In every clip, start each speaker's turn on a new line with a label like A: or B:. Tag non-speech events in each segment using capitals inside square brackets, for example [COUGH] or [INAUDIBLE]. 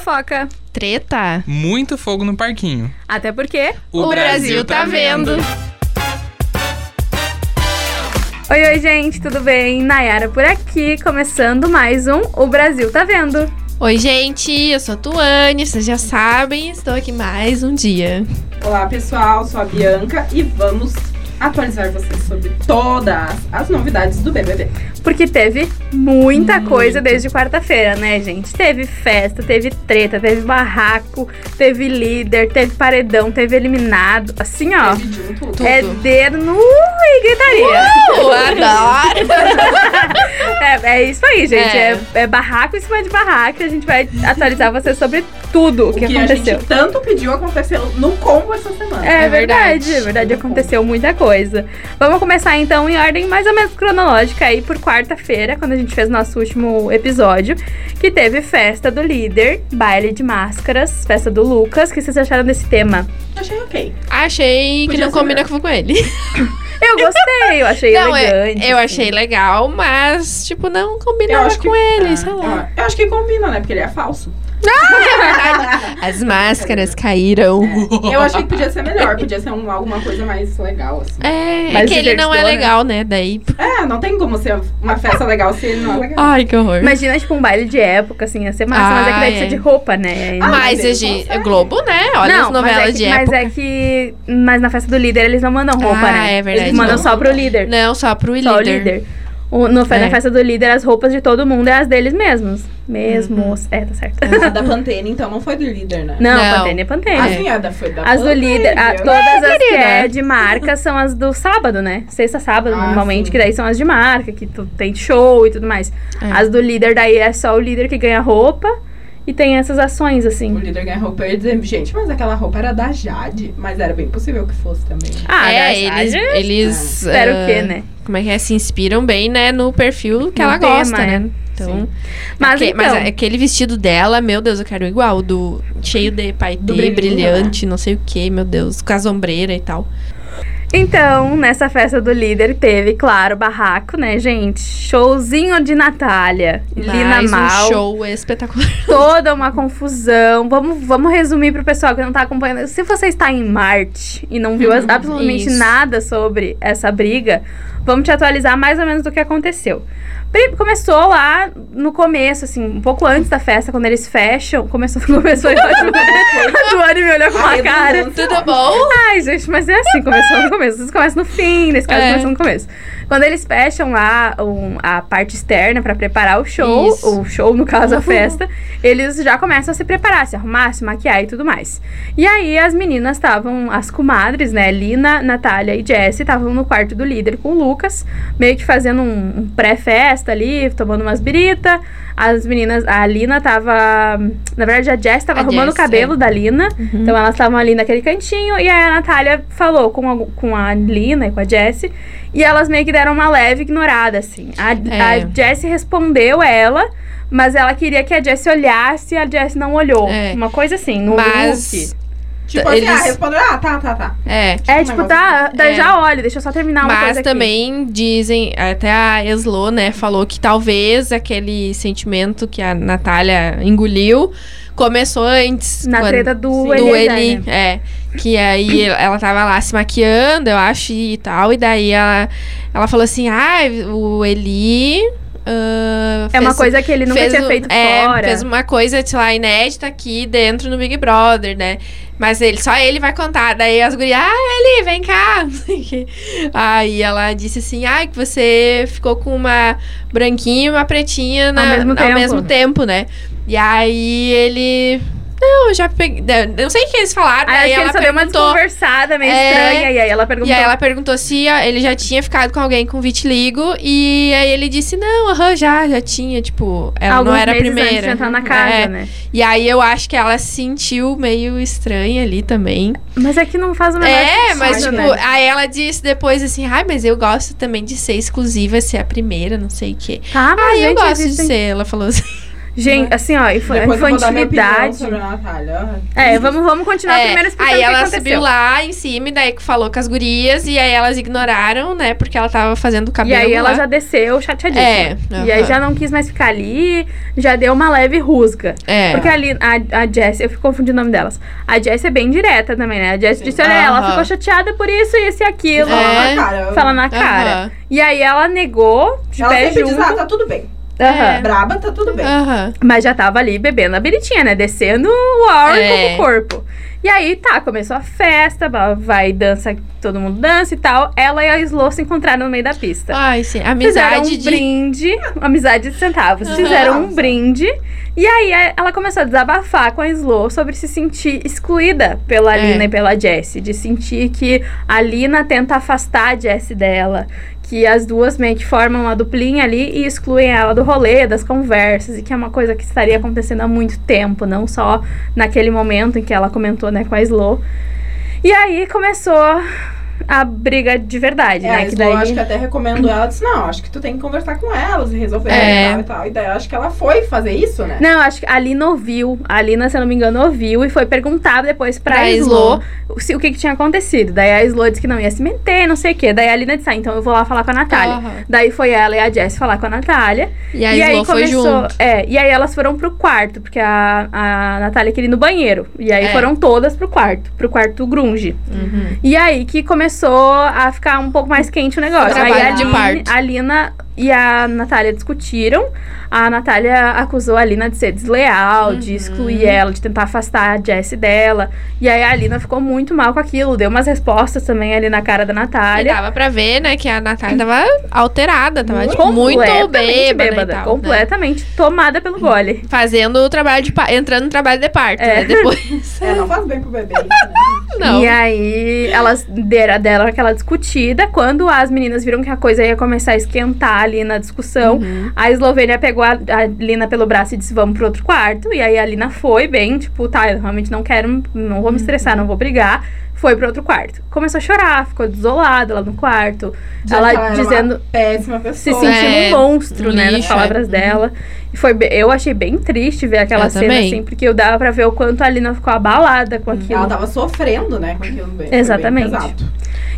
A: Fofoca.
B: Treta.
C: Muito fogo no parquinho.
A: Até porque.
B: O, Brasil, tá vendo.
A: Oi, oi, gente, tudo bem? Nayara por aqui, começando mais um O Brasil Tá Vendo.
B: Oi, gente. Eu sou a Tuane. Vocês já sabem, estou aqui mais um dia.
D: Olá pessoal, sou a Bianca e vamos atualizar vocês sobre todas as novidades do BBB.
A: Porque teve muita coisa desde quarta-feira, né, gente? Teve festa, teve treta, teve barraco, teve líder, teve paredão, teve eliminado. Assim, ó.
D: Teve de um tudo.
A: É
B: Tudo.
A: dedo no e gritaria.
B: Eu adoro.
A: É, é isso aí, gente. É.
B: É.
A: é barraco em cima de barraco. e A gente vai atualizar vocês sobre tudo o
D: O
A: que,
D: que, a
A: aconteceu.
D: gente tanto pediu aconteceu no combo essa semana.
A: É
B: É verdade.
A: verdade, é verdade, aconteceu muita coisa. Vamos começar então em ordem mais ou menos cronológica aí por quarta-feira, quando a gente fez nosso último episódio, que teve festa do líder, baile de máscaras, festa do Lucas. O que vocês acharam desse tema?
D: Achei ok.
B: Achei que
D: Podia
B: não
D: ser
B: combina com ele.
A: Eu gostei, eu achei
B: [LAUGHS] Não, é-
A: elegante.
B: Eu
A: assim.
B: achei legal, mas, tipo, não
D: Eu
B: combinava
D: acho que-
B: com ele,
D: Ah,
B: sei [LAUGHS] lá. É
D: Eu, eu acho que combina, né? Porque ele é falso.
B: As máscaras caíram.
D: Eu achei que podia ser melhor, podia ser um, alguma coisa mais legal, assim.
B: É, é
A: Mas
B: que ele não é
A: divertidor, né?
B: legal, né? Daí.
D: É, não tem como ser uma festa legal se ele não é legal.
B: Ai, que horror.
A: Imagina, tipo, um baile de época, assim, ia ser massa, mas é que
B: Ah,
A: daí precisa
B: é.
A: de roupa, né?
D: Ah,
B: mas,
D: mas ele
B: gente, é
D: consegue.
B: Globo, né? Olha as novelas
A: mas é que,
B: de
A: mas
B: época.
A: é que. Mas na festa do líder eles não mandam roupa,
B: Ah,
A: né?
B: é verdade,
A: Eles mandam
D: não.
A: só pro líder.
B: Não, só pro líder.
A: Só o líder. O- no, fe-
B: É.
A: Na festa do líder, as roupas de todo mundo é as deles mesmos. Mesmos. É, tá certo.
D: A da Pantene, então, não foi do líder, né?
A: Não,
B: Uhum. Não.
A: Pantene é Pantene.
D: Assim, a da foi da
A: As do
D: Pantene,
A: líder, a-
D: né?
A: todas as que é
B: querida.
A: de marca são as do sábado, né? Sexta, sábado,
D: Ah,
A: normalmente,
D: sim.
A: que daí são as de marca, que tu tem show e tudo mais.
B: É.
A: As do líder, daí é só o líder que ganha roupa e tem essas ações,
D: O
A: assim.
D: líder ganha roupa e dizer, gente, mas aquela roupa era da Jade. Mas era bem possível que fosse também.
A: Ah,
B: é,
A: da
B: eles,
A: Jade,
B: eles
A: Espero
B: ah,
A: que, né?
B: Como é que é? Se inspiram bem, né? No perfil que
A: No
B: ela
A: tema,
B: gosta,
A: é.
B: né? Então,
A: Mas
B: aque- mas
A: então-
B: aquele vestido dela, meu Deus, eu quero igual. Do, cheio de paetê,
D: Do brilhinho,
B: brilhante, não sei o que, meu Deus. Com as ombreiras e tal.
A: Então, nessa festa do líder teve, claro, barraco, né, gente? Showzinho de Natália, Lina
B: mas
A: Mal,
B: um show espetacular.
A: toda uma confusão. Vamos, vamos resumir pro pessoal que não tá acompanhando. Se você está em Marte e não viu as- absolutamente
B: Uhum. isso.
A: nada sobre essa briga, vamos te atualizar mais ou menos do que aconteceu. Pri- Começou lá no começo, assim, um pouco antes da festa, quando eles fecham. Começou, [LAUGHS]
B: [LAUGHS]
A: começou eu acho- a Duane me olhou com uma cara.
B: Tudo bom?
A: Ai, gente, mas é assim, começou no começo. Vocês começam no fim, nesse caso
B: É.
A: começou no começo. Quando eles fecham lá um- a parte externa pra preparar o show,
B: Isso. Uhum.
A: o show, no caso, a festa, eles já começam a se preparar, se arrumar, se maquiar e tudo mais. E aí as meninas estavam, as comadres, né? Lina, Natália e Jessie estavam no quarto do líder com o Lucas, meio que fazendo um, um pré-festa ali, tomando umas birita. As meninas, a Lina tava. Na verdade, a Jess tava
B: A
A: arrumando
B: Jess, é.
A: o cabelo da Lina. Então elas estavam ali naquele cantinho e aí a Natália falou com a, com a Lina e com a Jessie e elas meio que deram uma leve ignorada, assim. A, a
B: É.
A: Jessie respondeu ela, mas ela queria que a Jessie olhasse e a Jessie não olhou.
B: É.
A: Uma coisa assim, no look.
B: Mas.
D: Tipo assim, ah,
B: Eles-
D: respondeu, ah, tá, tá, tá.
B: É.
A: É,
D: um
A: tipo,
D: negócio
A: tá, tá,
B: é.
A: já olha, deixa eu só terminar uma
B: Mas
A: coisa aqui.
B: também dizem, até a Eslo, né, falou que talvez aquele sentimento que a Natália engoliu começou antes.
A: Na
B: quando-
A: treta do,
B: do
A: Eliezer,
B: Eli.
A: né?
B: É. Que aí ela tava lá se maquiando, eu acho, e tal. E daí ela, ela falou assim: ah, o Eli. ah,
A: É uma
B: fez-
A: coisa que ele nunca
B: fez
A: tinha
B: um-
A: feito
B: é,
A: fora.
B: Fez uma coisa, sei lá, inédita aqui dentro no Big Brother, né? Mas ele, só ele vai contar. Daí as gurias, ah, Eli, vem cá. [LAUGHS] não sei o quê. Aí ela disse assim, ah, que você ficou com uma branquinha e uma pretinha na-
A: mesmo tempo."
B: ao mesmo tempo, né? E aí ele... Não, eu já peguei... Não sei o que eles falaram.
A: Aí acho
B: daí
A: que
B: ela
A: ele só deu uma
B: perguntou-
A: desconversada meio
B: É.
A: estranha. E aí ela perguntou.
B: e aí ela perguntou se ah, ele já tinha ficado com alguém com vitiligo. E aí ele disse, não, aham, já, já tinha. Tipo, ela
A: Alguns
B: não era a
A: meses
B: primeira.
A: antes de entrar na casa,
B: É.
A: né?
B: E aí eu acho que ela se sentiu meio estranha ali também.
A: Mas é que não faz o menor
B: É,
A: sentido,
B: mas
A: né?
B: tipo, aí ela disse depois assim, ai, mas eu gosto também de ser exclusiva, ser a primeira, não sei o quê.
A: Tá, mas
B: Ah, eu
A: gente,
B: gosto de
A: existem- [LAUGHS]
B: ser, ela falou assim.
A: Gente, assim, ó, infa-
D: Depois eu vou dar minha opinião
A: infantilidade.
D: sobre a Natália.
A: É, vamos, vamos continuar
B: É,
A: primeiro explicando
B: aí
A: o que
B: ela
A: aconteceu.
B: subiu lá em cima e daí falou com as gurias e aí elas ignoraram, né? Porque ela tava fazendo o
A: e
B: cabelo.
A: aí ela
B: lá.
A: já desceu chateadíssima.
B: É.
A: E aí
B: aham.
A: já não quis mais ficar ali, já deu uma leve rusga.
B: É.
A: Porque ali, a, a Jess, eu fico confundindo o nome delas. A Jess é bem direta também, né? A Jess disse, olha, ela
B: Aham.
A: ficou chateada por isso, isso e aquilo.
D: Fala
B: É.
D: na cara.
A: Fala na cara.
B: Aham.
A: E aí ela negou, de
D: Ela
A: pé
D: sempre
A: junto.
D: diz, ah, tá tudo bem.
A: Aham.
B: É.
D: Braba, tá tudo bem.
B: Aham.
A: Mas já tava ali bebendo a biritinha, né? Descendo o hour
B: É.
A: com o corpo. E aí, tá, começou a festa, ba- vai, dança, todo mundo dança e tal. Ela e a Slow se encontraram no meio da pista.
B: Ai, sim.
A: Fizeram
B: Amizade
A: um
B: de.
A: brinde, amizade de centavos.
B: Aham.
A: Fizeram um brinde. E aí, a- ela começou a desabafar com a Slow sobre se sentir excluída pela
B: É.
A: Lina e pela Jessie. De sentir que a Lina tenta afastar a Jessie dela. Que as duas meio que formam uma duplinha ali e excluem ela do rolê, das conversas. E que é uma coisa que estaria acontecendo há muito tempo. Não só naquele momento em que ela comentou, né, com a Slow. E aí, começou... A briga de verdade,
D: É,
A: né?
D: a
A: que
D: Slow,
A: daí...
D: acho que até recomendo ela. Disse, não, acho que tu tem que conversar com elas e resolver
B: É.
D: e tal e tal. E daí eu acho que ela foi fazer isso, né?
A: Não, acho que a Lina ouviu. A Lina, se eu não me engano, ouviu e foi perguntar depois pra,
B: Pra
A: Slo se- o que, que tinha acontecido. Daí a Slo disse que não ia se meter, não sei o quê. Daí a Lina disse, ah, então eu vou lá falar com a Natália.
B: Aham.
A: Daí foi ela e a Jess falar com a Natália.
B: Ah. E a
A: e
B: Slow
A: aí
B: foi
A: começou.
B: junto.
A: É, e aí elas foram pro quarto, porque a, a Natália queria ir no banheiro. E aí
B: É.
A: foram todas pro quarto, pro quarto grunge.
B: Uhum.
A: E aí que começou a ficar um pouco mais quente o negócio.
B: Trabalho
A: Aí a,
D: de
A: Lin-
B: parto.
A: a Lina e a Natália discutiram. A Natália acusou a Lina de ser desleal,
B: Uhum.
A: de excluir ela, de tentar afastar a Jessie dela. E aí a Lina ficou muito mal com aquilo, deu umas respostas também ali na cara da
B: E
A: Natália.
B: dava pra ver, né, que a Natália tava alterada, tava tipo, muito
A: Completamente
B: bêbada, e tal, né?
A: completamente tomada pelo gole.
B: Fazendo o trabalho de pa- entrando no trabalho de parto,
A: É.
B: né?
A: [LAUGHS]
B: Depois.
D: É, não faz bem pro bebê. isso, né?
B: Não.
A: E aí, elas deram, deram aquela discutida. Quando as meninas viram que a coisa ia começar a esquentar ali na discussão,
B: Uhum.
A: A Eslovênia pegou a, a Lina pelo braço e disse: Vamos pro outro quarto. E aí a Lina foi, bem, tipo, tá, eu realmente não quero, não vou me estressar, não vou brigar. Foi pro outro quarto. Começou a chorar, ficou desolada lá no quarto.
D: Dizendo
A: ela
D: que ela era uma
A: dizendo,
D: Péssima
A: se
D: pessoa.
A: sentindo
B: tá, É,
A: um monstro,
B: um
A: né, nas
B: lixo,
A: palavras
B: é.
A: dela. E foi, be- eu achei bem triste ver aquela
B: Eu
A: cena
B: também. Uhum.
A: assim, porque eu dava pra ver o quanto a Lina ficou abalada com aquilo.
D: Ela tava sofrendo, né, com aquilo bem.
A: Exatamente.
D: Exato.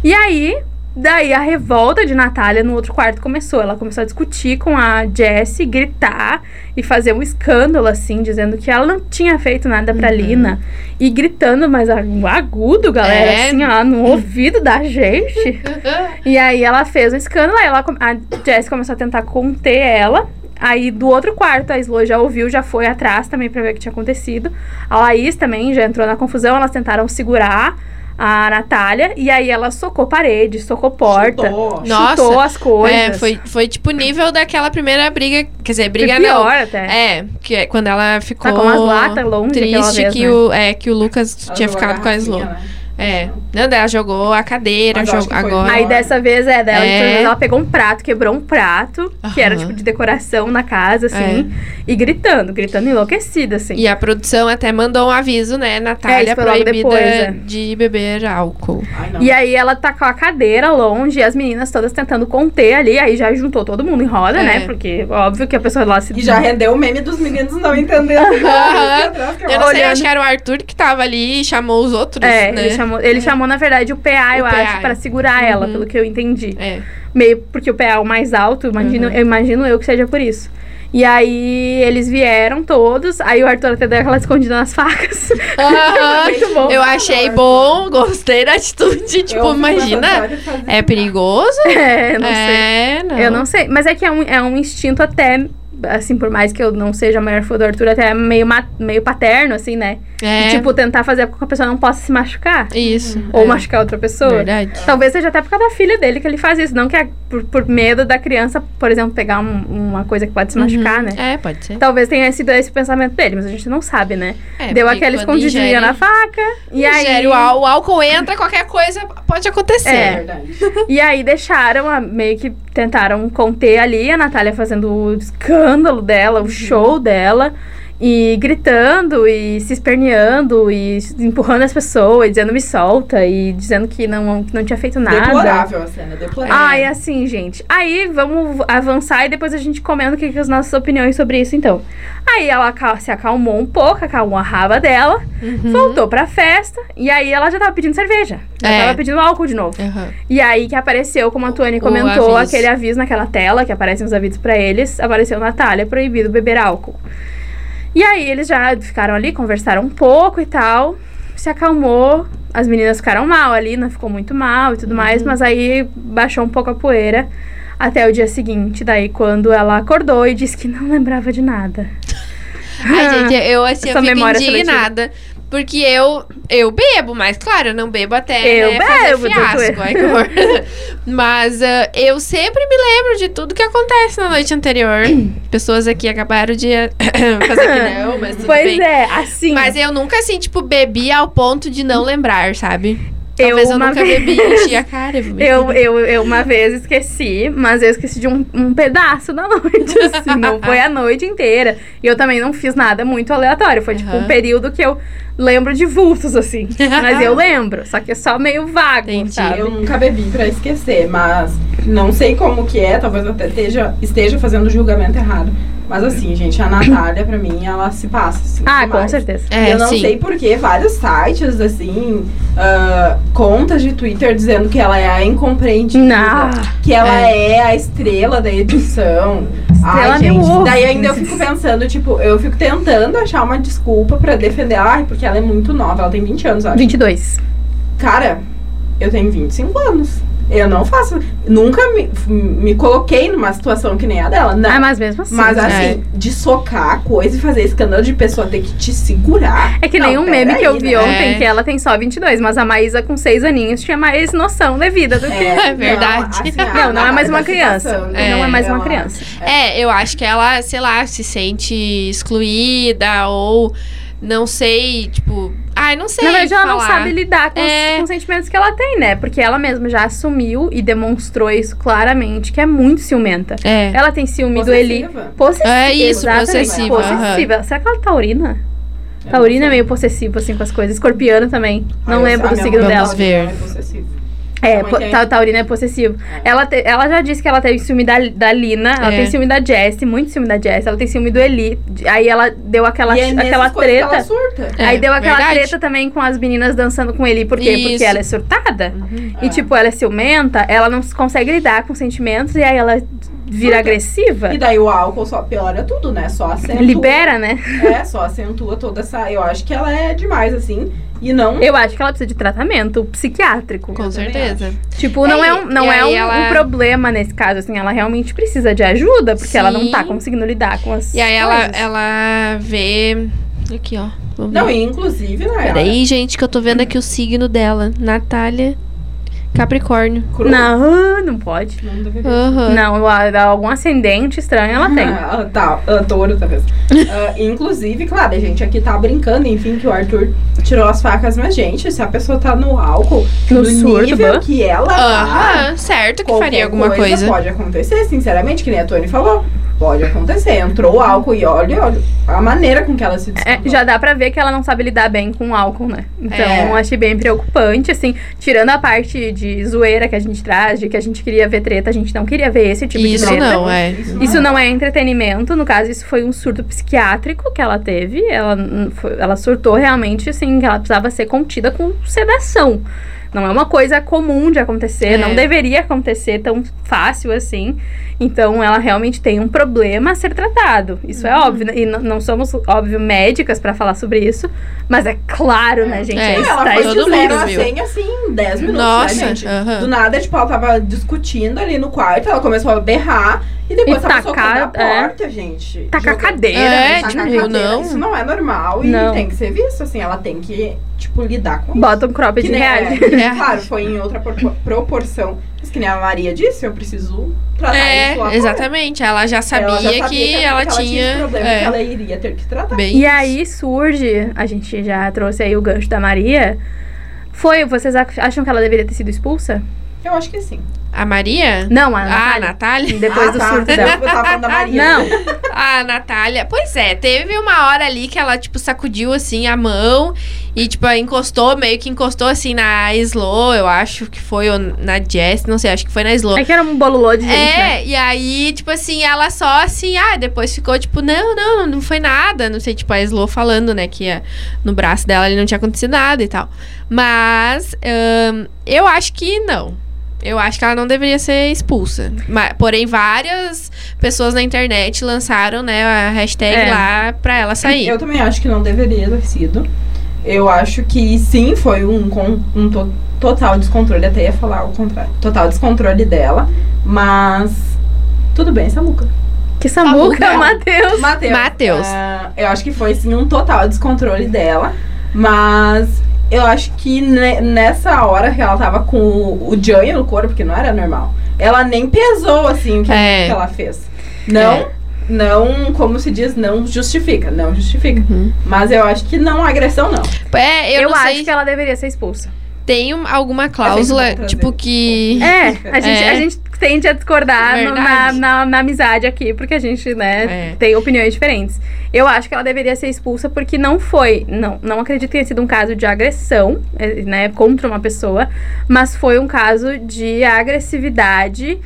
A: E aí, daí a revolta de Natália no outro quarto começou. Ela começou a discutir com a Jessie, gritar e fazer um escândalo, assim, dizendo que ela não tinha feito nada pra Lina. E gritando, mas a- agudo, galera,
B: É.
A: assim, ó, no ouvido da gente. e aí ela fez um escândalo, aí ela, com- a Jessie começou a tentar conter ela. Aí do outro quarto, a Slo já ouviu, já foi atrás também pra ver o que tinha acontecido. A Laís também já entrou na confusão, elas tentaram segurar a Natália. E aí ela socou parede, socou porta,
D: Chutou.
B: Não.
A: chutou
B: Nossa.
A: as coisas.
B: É, foi, foi tipo o nível daquela primeira briga. Quer dizer,
A: Foi
B: briga
A: pior
B: não.
A: até.
B: É, que é quando ela ficou
A: Sacou umas latas longe aquela
B: triste
A: vez,
B: que,
A: né?
B: o, é, que o Lucas
D: Ela
B: tinha
D: jogou
B: ficado com a
D: garrafinha,
B: Slow.
D: né?
B: É. Não, daí ela jogou a cadeira,
D: Mas eu acho
B: jogou
D: que foi
B: agora.
A: Aí dessa vez, é, dela,
B: É.
A: ela pegou um prato, quebrou um prato, que era
B: Aham. É.
A: tipo de decoração na casa, assim, e gritando, gritando enlouquecida, assim.
B: E a produção até mandou um aviso, né? Natália
A: foi logo
B: proibida
A: depois, é.
B: de
A: [LAUGHS]
B: beber álcool.
D: Ai, não.
A: E aí ela tacou a cadeira longe, e as meninas todas tentando conter ali, aí já juntou todo mundo em roda,
B: É.
A: né? Porque óbvio que a pessoa lá se
D: E já rendeu o meme dos meninos não entendendo.
B: [LAUGHS] Aham. Eu não sei,
A: Olhando-
B: acho que era o Arthur que tava ali e chamou os outros,
A: É,
B: né?
A: ele, chamou, ele chamou, na verdade, o PA,
B: O
A: eu
B: PA.
A: acho, pra segurar ela, pelo que eu entendi.
B: É.
A: Meio porque o PA é o mais alto, eu imagino, eu imagino eu que seja por isso. E aí eles vieram todos, aí o Arthur até deu aquela escondida nas facas. [LAUGHS]
B: Aham.
A: Muito bom.
B: Eu achei bom, gostei da atitude. Tipo, imagina. É perigoso?
A: É, não sei.
B: é, não.
A: Eu não sei. Mas é que é um, é um instinto até. Assim, por mais que eu não seja a maior fã do Arthur, até meio, ma- meio paterno, assim, né?
B: É.
A: De, tipo, tentar fazer com que a pessoa não possa se machucar.
B: isso.
A: Ou
B: é.
A: machucar outra pessoa.
B: Verdade.
A: Talvez seja até por causa da filha dele que ele faz isso. Não que é por, por medo da criança, por exemplo, pegar um- uma coisa que pode se machucar, né?
B: É, pode ser.
A: Talvez tenha sido esse o pensamento dele, mas a gente não sabe, né?
B: É,
A: Deu
B: porque
A: aquela
B: quando
A: escondidinha
B: ingere-
A: na faca. E aí,
B: ingere o, ál- o álcool entra, qualquer coisa pode acontecer.
A: É. e aí deixaram, a- meio que
B: Uhum.
A: tentaram conter ali, a Natália fazendo o escândalo dela, o show dela. E gritando e se esperneando e empurrando as pessoas, e dizendo me solta e dizendo que não, que não tinha feito nada.
D: Deplorável a cena,
B: né?
D: deplorável.
A: Ai,
B: é,
A: assim, gente. Aí vamos avançar e depois a gente comenta o que, que as nossas opiniões sobre isso, então. Aí ela acal- se acalmou um pouco, acalmou a raba dela,
B: Uhum.
A: voltou pra festa e aí ela já tava pedindo cerveja. Já
B: É.
A: tava pedindo álcool de novo.
B: Aham.
A: E aí que apareceu, como a Tuane
B: O
A: comentou,
B: aviso.
A: aquele aviso naquela tela, que aparecem os avisos pra eles, apareceu Natália, proibido beber álcool. E aí eles já ficaram ali, conversaram um pouco e tal, se acalmou, as meninas ficaram mal ali, não ficou muito mal e tudo mais,
B: Uhum.
A: mas aí baixou um pouco a poeira até o dia seguinte, daí quando ela acordou e disse que não lembrava de nada.
B: Ai, gente, eu
A: Ah, Essa
B: assim, eu fico
A: memória
B: indignada. Porque eu, eu bebo, mas claro, eu não bebo até
A: Eu
B: né, fazer
A: bebo,
B: fiasco.
A: doutor.
B: Ai,
A: [LAUGHS]
B: que horror. mas ah, eu sempre me lembro de tudo que acontece na noite
A: [COUGHS]
B: anterior. Pessoas aqui acabaram de [COUGHS] fazer que não, mas tudo
A: pois
B: bem.
A: é, assim.
B: Mas eu nunca, assim, tipo, bebi ao ponto de não lembrar, sabe?
A: Eu
B: Talvez eu,
A: uma
B: nunca
A: vez-
B: bebi, enchi a cara. e vomitei.
A: Eu, eu, eu uma vez esqueci, mas eu esqueci de um, um pedaço da [LAUGHS] noite, assim, não foi a noite inteira. E eu também não fiz nada muito aleatório, foi tipo um
B: Aham.
A: período que eu lembro de vultos, assim. Mas
B: [LAUGHS]
A: eu lembro, só que é só meio vago,
B: Entendi.
A: sabe?
D: Eu nunca bebi pra esquecer, mas não sei como que é, talvez eu até esteja, esteja fazendo o julgamento errado. Mas assim, gente, a Natália, pra mim, ela se passa. Assim,
A: Ah,
D: demais.
A: com certeza.
B: É,
D: eu não
B: sim.
D: sei porque vários sites, assim, ah, contas de Twitter dizendo que ela é a incompreendida,
A: Não.
D: que ela é. a estrela da edição. Ai,
A: mil
D: gente,
A: ovos.
D: daí ainda eu fico pensando, tipo, eu fico tentando achar uma desculpa pra defender ela, ai, porque ela é muito nova, ela tem 20 anos, eu
B: É.
D: acho.
A: 22.
D: Cara, eu tenho 25 anos. Eu não faço. Nunca me, me coloquei numa situação que nem a dela. Não.
A: Ah, mas mesmo assim.
D: mas
A: né?
D: assim, de socar a coisa e fazer escândalo de pessoa ter que te segurar.
A: É que
D: Não,
A: nem um meme
D: peraí,
A: que eu vi
D: né?
A: ontem,
B: É.
A: que ela tem só 22, mas a Maísa com 6 aninhos tinha mais noção da vida do que... [LAUGHS]
B: É verdade.
D: assim, a
A: Não, não é mais
D: Natália
A: uma
D: tá se
A: criança.
D: passando.
A: Não é mais uma
D: Ela-
A: criança.
B: É, eu acho que ela, sei lá, se sente excluída ou não sei, tipo. Ai, não sei.
A: Na verdade, ela não
B: falar.
A: sabe lidar com, os-
B: É.
A: com os sentimentos que ela tem, né? Porque ela mesma já assumiu e demonstrou isso claramente, que é muito ciumenta.
B: É.
A: Ela tem ciúme do Eli.
D: Possessiva.
A: Possessiva.
B: É isso,
A: exatamente,
B: possessiva,
A: possessiva. Será que ela é taurina? Taurina é meio possessiva, assim, com as coisas. Escorpiana também. Não
D: Ai,
A: lembro
D: a
A: do
D: minha
A: signo
D: mãe
A: dela.
B: Vamos ver.
D: é possessiva.
A: É,
D: Minha mãe
A: po-
D: tem.
A: ta- taurina é possessiva.
D: É.
A: Ela, te- ela já disse que ela teve ciúme da, da Lina, ela
B: É.
A: tem ciúme da Jess, muito ciúme da Jess, ela tem ciúme do Eli. Aí ela deu aquela,
D: E é nessas
A: aquela
D: coisas que
A: treta.
D: Ela surta.
B: É,
A: Aí deu aquela
B: verdade.
A: treta também com as meninas dançando com ele. Por quê? Porque
B: Isso.
A: ela é surtada.
B: Uhum.
A: E,
D: É.
A: tipo, ela é ciumenta, ela não consegue lidar com sentimentos e aí ela vira agressiva.
D: E daí o álcool só piora tudo, né? Só acentua.
A: É. Libera, né?
D: É, só acentua toda essa. Eu acho que ela é demais, assim. E não.
A: Eu acho que ela precisa de tratamento psiquiátrico.
B: Com
D: Eu também
B: certeza.
A: Tipo,
B: É,
A: não é um,
B: e-
A: não
B: e
A: é
B: aí
A: um, um
B: ela-
A: problema nesse caso, assim. Ela realmente precisa de ajuda, porque ela não tá
B: Sim.
A: conseguindo lidar com as
B: E aí ela,
A: coisas.
B: ela vê. Aqui, ó. Vamos
D: Não,
B: ver.
D: e inclusive, né?
B: Peraí, gente, que eu tô vendo aqui o signo dela. Natália Capricórnio.
D: Cru,
A: Não, Ah. não pode.
D: é Não deveria.
B: Aham.
A: Não, a- algum ascendente estranho ela tem.
D: Ah, ah, tá, ah, touro, talvez.
B: [LAUGHS]
D: Ah, inclusive, claro, a gente aqui tá brincando, enfim, que o Arthur tirou as facas, mas, gente, se a pessoa tá no álcool,
A: No surto,
D: nível
A: bah.
D: que ela tá,
B: Aham, certo que
D: qualquer
B: faria alguma coisa.
D: Pode acontecer, sinceramente, que nem a Tony falou. Pode acontecer. Entrou o álcool e olha, olha a maneira com que ela se
A: É,
D: desculpa.
A: já dá pra ver que ela não sabe lidar bem com álcool, né? Então,
B: É.
A: achei bem preocupante, assim, tirando a parte de zoeira que a gente traz, de que a gente queria ver treta, a gente não queria ver esse tipo
B: Isso
A: de treta.
D: né,
B: não, é.
A: Isso não é entretenimento, no caso, isso foi um surto psiquiátrico que ela teve. Ela, hum, foi- ela surtou realmente, assim, que ela precisava ser contida com sedação. Não é uma coisa comum de acontecer,
B: É.
A: não deveria acontecer tão fácil assim. Então, ela realmente tem um problema a ser tratado. Isso é óbvio. né? E n- não somos, óbvio, médicas pra falar sobre isso, mas é claro, né, gente?
B: É,
A: É,
D: Ela
A: está
D: foi
B: todo
D: de zero
B: mundo
D: a
B: viu.
D: 100, assim, em 10 minutos,
B: Nossa,
D: né, gente?
A: Ah.
B: aham.
D: Do nada, tipo, ela tava discutindo ali no quarto, ela começou a berrar e depois
A: E
D: ela passou
A: tacar,
D: a
A: é.
D: porta, gente.
A: Tacar
D: Jogou-
A: cadeira.
B: É,
D: tacar
B: tipo,
D: cadeira.
B: não.
D: Isso não é normal e
A: Não.
D: tem que ser visto, assim, ela tem que, tipo, lidar com isso.
A: Bota um crop de
D: nem-
A: reais.
D: é,
B: É.
D: Claro, foi em outra por- proporção. Mas que nem a Maria disse, eu preciso tratar isso lá
B: É,
D: fora.
B: exatamente. Ela já sabia,
D: ela já sabia
B: que, ela, tinha.
D: esse problema
B: é,
D: que ela iria ter que tratar.
B: bem
A: E aí surge, a gente já trouxe aí o gancho da Maria. Foi, vocês ac- acham que ela deveria ter sido expulsa?
D: Eu acho que sim.
B: A Maria?
A: Não, a
B: Ah, a
A: Natália.
B: Natália? [LAUGHS]
A: Depois
D: Ah,
A: do
D: tá.
A: surto dela.
D: Eu tava falando da Maria.
A: Não,
B: A Natália. Pois é, teve uma hora ali que ela, tipo, sacudiu assim a mão e, tipo, encostou, meio que encostou assim na Slow, eu acho que foi, ou na Jess, não sei, acho que foi na Slow.
A: é que era um bololô de gente, né?
B: É, e aí, tipo assim, ela só assim, ah, depois ficou tipo, não, não, não foi nada. Não sei, tipo, a Slow falando, né, que ah, no braço dela ali não tinha acontecido nada e tal. Mas ahn, eu acho que não. Eu acho que ela não deveria ser expulsa. Ma- porém, várias pessoas na internet lançaram, né, a hashtag
A: É.
B: lá pra ela sair.
D: Eu também acho que não deveria ter sido. Eu acho que sim, foi um, con- um to- total descontrole. Até ia falar o contrário. Total descontrole dela. Mas. Tudo bem, Samuca.
A: Que
B: Tá
A: é Samuca,
B: Samuca.
A: Matheus.
D: Matheus.
B: Matheus.
D: Ah, eu acho que foi sim um total descontrole dela. Mas eu acho que ne- nessa hora que ela tava com o, o Johnny no corpo, que não era normal, ela nem pesou assim o que,
B: É.
D: que ela fez. Não.
A: É.
D: Não, como se diz, não justifica. Não justifica.
B: Uhum.
D: Mas eu acho que não, agressão não.
B: É, eu,
A: Eu,
B: não
A: acho
B: sei.
A: que É ela deveria ser expulsa.
B: Tem um- alguma
D: bom
B: cláusula,
D: trazer.
B: tipo, que.
A: É, a gente,
B: É.
A: a gente tende a discordar no- na,
B: Verdade.
A: na- na amizade aqui, porque a gente, né,
B: É.
A: tem opiniões diferentes. Eu acho que ela deveria ser expulsa porque não foi, não, não acredito que tenha sido um caso de agressão, eh, né, contra uma pessoa, mas foi um caso de agressividade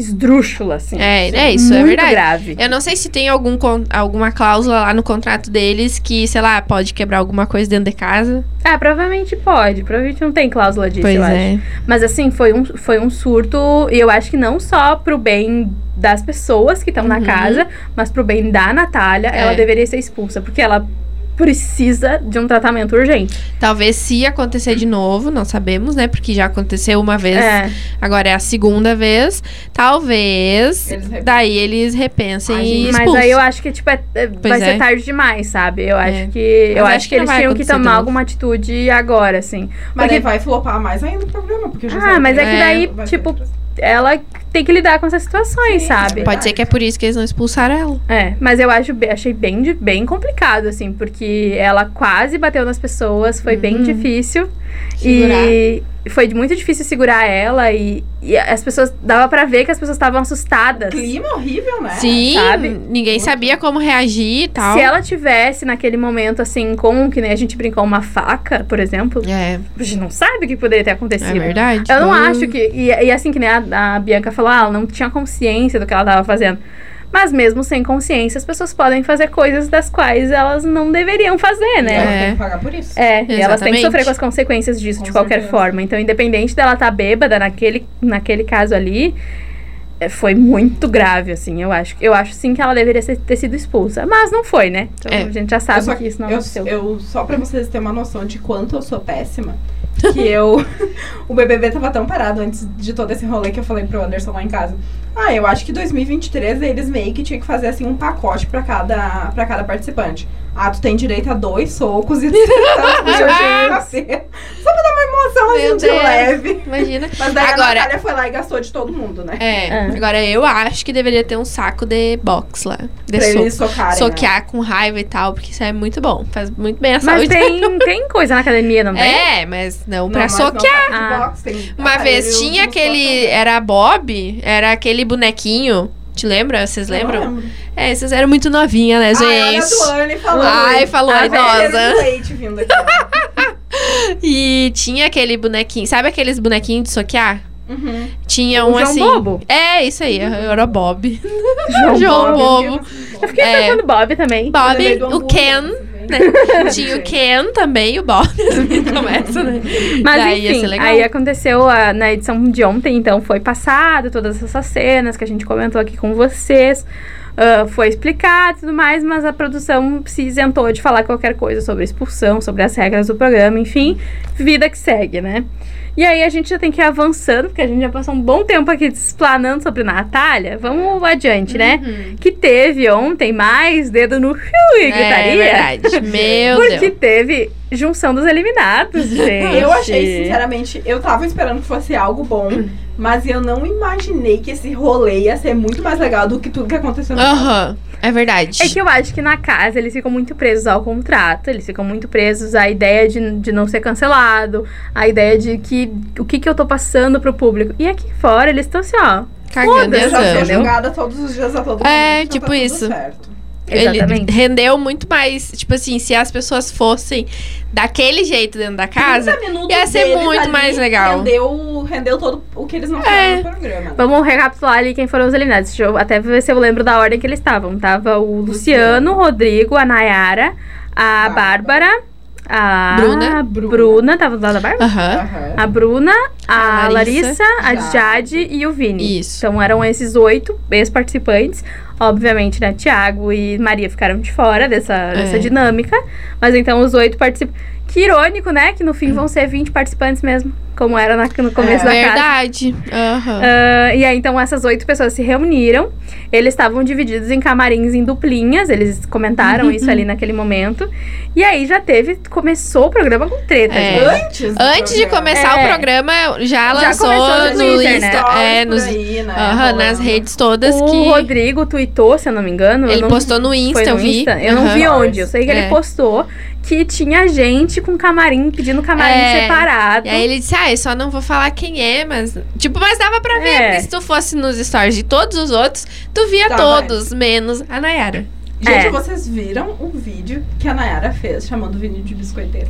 A: esdrúxula, assim.
B: É, é isso, é
A: Muito
B: verdade.
A: grave.
B: Eu não sei se tem algum, con- alguma cláusula lá no contrato deles que, sei lá, pode quebrar alguma coisa dentro de casa.
A: Ah, provavelmente pode, provavelmente não tem cláusula disso,
B: é.
A: eu acho. Mas assim, foi um, foi um surto, e eu acho que não só pro bem das pessoas que estão na
B: Uhum.
A: casa, mas pro bem da Natália,
B: É.
A: ela deveria ser expulsa, porque ela precisa de um tratamento urgente.
B: Talvez se acontecer de novo, não sabemos, né? Porque já aconteceu uma vez,
A: É.
B: agora é a segunda vez. Talvez
D: Eles repensem.
B: daí eles repensem
D: Ai,
B: e
D: gente,
B: expulsem.
A: Mas aí eu acho que, tipo, é- é- vai
B: Pois
A: ser
B: é.
A: tarde demais, sabe? Eu acho
B: É.
A: que. Eu
B: Mas
A: acho, que,
B: não
A: eles
B: vai
A: tinham que
B: acontecer de
A: tomar
B: novo.
A: alguma atitude agora, assim.
D: Mas
A: Porque-
D: aí vai flopar mais ainda o programa, porque eu já
A: Ah,
D: sei
A: mas
B: é que
A: daí,
D: vai ser
A: tipo,
D: outras-
A: Ela tem que lidar com essas situações,
D: Sim,
A: sabe?
D: é
B: Pode ser que é por isso que eles não expulsaram ela.
A: É, mas eu acho, be- achei bem, de- bem complicado, assim, porque ela quase bateu nas pessoas, foi bem
B: Uhum.
A: difícil.
B: Segurar.
A: E foi muito difícil segurar ela e, e as pessoas. Dava pra ver que as pessoas estavam assustadas.
D: clima horrível, né?
B: Sim,
A: É, sabe?
B: ninguém sabia como reagir e tal.
A: Se ela tivesse naquele momento, assim, com, que nem a gente brincou, uma faca, por exemplo,
B: É,
A: a gente não sabe o que poderia ter acontecido.
B: é verdade.
A: Eu não acho que. E, e assim que nem a, a Bianca falou, ah, ela não tinha consciência do que ela tava fazendo. Mas mesmo sem consciência, as pessoas podem fazer coisas das quais elas não deveriam fazer,
D: E ela
A: né?
B: É.
D: tem que pagar por isso.
A: É, e elas têm que
B: Exatamente.
A: sofrer com as consequências disso
D: Com
A: de qualquer
D: certeza.
A: forma. Então, independente dela estar bêbada naquele, naquele caso ali, eh, foi muito grave, assim, eu acho. Eu acho sim que ela deveria ser- ter sido expulsa. Mas não foi, né? Então
B: É.
A: a gente já sabe
D: Eu só-
A: que isso não aconteceu.
D: eu, eu, só pra vocês terem uma noção de quanto eu sou péssima, [LAUGHS] que eu. o BBB tava tão parado antes de todo esse rolê que eu falei pro Anderson lá em casa. Ah, eu acho que 2023 eles meio que tinham que fazer assim um pacote pra cada, pra cada participante. Ah, tu tem direito a dois socos e tu tá
B: [LAUGHS]
D: com o Jorginho na cena. Só pra dar uma
B: Meu
D: emoção assim de
B: Deus.
D: leve.
B: Imagina.
D: Mas daí a
B: Agora-
D: Natália foi lá e gastou de todo mundo, né?
B: É,
A: É.
B: agora eu acho que deveria ter um saco de box lá. É, De
D: pra
B: soco.
D: eles socarem. né?
B: soquear com raiva e tal, porque isso é muito bom. Faz muito bem a
A: Mas
B: saúde.
A: tem, tem coisa na academia, não tem?
B: [LAUGHS] É, mas não
D: Não,
B: pra
D: mas não
B: soquear.
D: tá de
A: Ah.
D: boxe, tem
B: Uma vez
D: aparelho
B: tinha
D: de
B: aquele.
D: musculação.
B: Era Bob, era aquele bonequinho. Te lembra? Vocês
D: Eu
B: lembram?
D: não Ah, lembro.
B: É, vocês eram muito novinha, né,
D: Ai, olha a
B: gente?
D: Duane falando.
B: Ai, falou a
D: A velha
B: idosa.
D: do leite vindo aqui. ó.
B: E tinha aquele bonequinho. Sabe aqueles bonequinhos de soquear?
D: Uhum.
B: Tinha
A: João
B: um assim.
A: Bobo.
B: É, isso aí, era o Bob.
A: João
B: [LAUGHS] João
D: Bob,
B: Bobo.
D: Bob.
A: Eu fiquei
B: É.
A: pensando Bob também.
D: Eu
B: Bob,
D: lembrei do
B: o
D: hambúrguer,
B: Ken.
D: assim,
B: né?
D: [LAUGHS]
B: Tinha o
D: Gente.
B: Ken também, o Bob. [LAUGHS] Começa, né?
A: Mas
B: Daí ia ser
A: enfim,
B: legal.
A: aí aconteceu a- na edição de ontem, então foi passado todas essas cenas que a gente comentou aqui com vocês. ah, foi explicado e tudo mais, mas a produção se isentou de falar qualquer coisa sobre a expulsão, sobre as regras do programa, enfim, vida que segue, né? E aí a gente já tem que ir avançando, porque a gente já passou um bom tempo aqui desplanando sobre Natália. Vamos adiante, né?
B: Uhum.
A: Que teve ontem mais dedo no fio e
B: É,
A: gritaria.
B: verdade. Meu Deus.
A: porque teve junção dos
B: [LAUGHS]
A: eliminados, gente.
D: Eu achei, sinceramente, eu tava esperando que fosse algo bom, mas eu não imaginei que esse rolê ia ser muito mais legal do que tudo que aconteceu no
B: Aham, é verdade.
A: É que eu acho que na casa eles ficam muito presos ao contrato, eles ficam muito presos à ideia de, de não ser cancelado, à ideia de que de o que, que eu tô passando pro público. E aqui fora, eles estão assim, ó.
B: Cagando e
A: Foda-se,
D: Eu já
A: Entendeu?
D: sou
B: andando.
D: julgada todos os dias a todo mundo.
B: É,
D: já
B: tipo
D: tá tudo
B: isso.
D: certo.
B: Ele
A: Exatamente.
B: rendeu muito mais. Tipo assim, se as pessoas fossem daquele jeito dentro da casa.
D: 30 minutos
B: ia ser
D: deles
B: muito
D: ali
B: mais legal.
D: Rendeu, rendeu todo o que eles não
B: É.
D: fizeram no programa. né?
A: Vamos recapitular ali quem foram os eliminados. Deixa eu até ver se eu lembro da ordem que eles estavam. Tava o Luciano, o Rodrigo, a Nayara, a Bárbara,
D: Bárbara.
A: a
B: Bruna.
A: Bruna, tava do lado da Bárbara?
B: Aham.
D: Aham.
A: A Bruna, a,
B: A
A: Larissa,
B: Larissa,
A: a Jade e o Vini.
B: Isso.
A: Então eram esses oito ex-participantes. Obviamente, né? Tiago e Maria ficaram de fora dessa,
B: É.
A: dessa dinâmica. Mas então os oito participantes. Que irônico, né? Que no fim vão ser 20 participantes mesmo. Como era na- no começo da casa.
B: É. Verdade. Aham.
A: Ah, e aí, então, essas oito pessoas se reuniram. Eles estavam divididos em camarins em duplinhas. Eles
B: Uhum.
A: comentaram isso ali naquele momento. E aí já teve. Começou o programa com treta.
B: É.
A: gente.
D: Antes do
B: Antes de
D: programa.
B: começar
A: É.
B: o programa, já
A: Já
B: lançou
A: começou no
B: no
A: Twitter, né?
B: Insta.
D: Stories
B: É,
D: por
B: nos,
D: aí, né,
B: aham, nas
D: rolando.
B: redes todas
A: O
B: que.
A: Rodrigo tweetou, se eu não me engano. eu
B: Ele
A: não-
B: postou no
A: foi
B: Insta,
A: no
B: eu vi.
A: Insta? Eu não
B: Aham.
A: vi
D: Aham.
A: onde. Eu sei que ele
B: É.
A: postou que tinha gente com camarim, pedindo camarim
B: É.
A: separado.
B: E aí ele disse, ah, eu só não vou falar quem é, mas... Tipo, mas dava pra ver,
A: É.
B: porque se tu fosse nos stories de todos os outros, tu via
D: Dava.
B: todos, menos a Nayara.
D: Gente,
A: É.
D: vocês viram o vídeo que a Nayara fez chamando o Vini de biscoiteiro?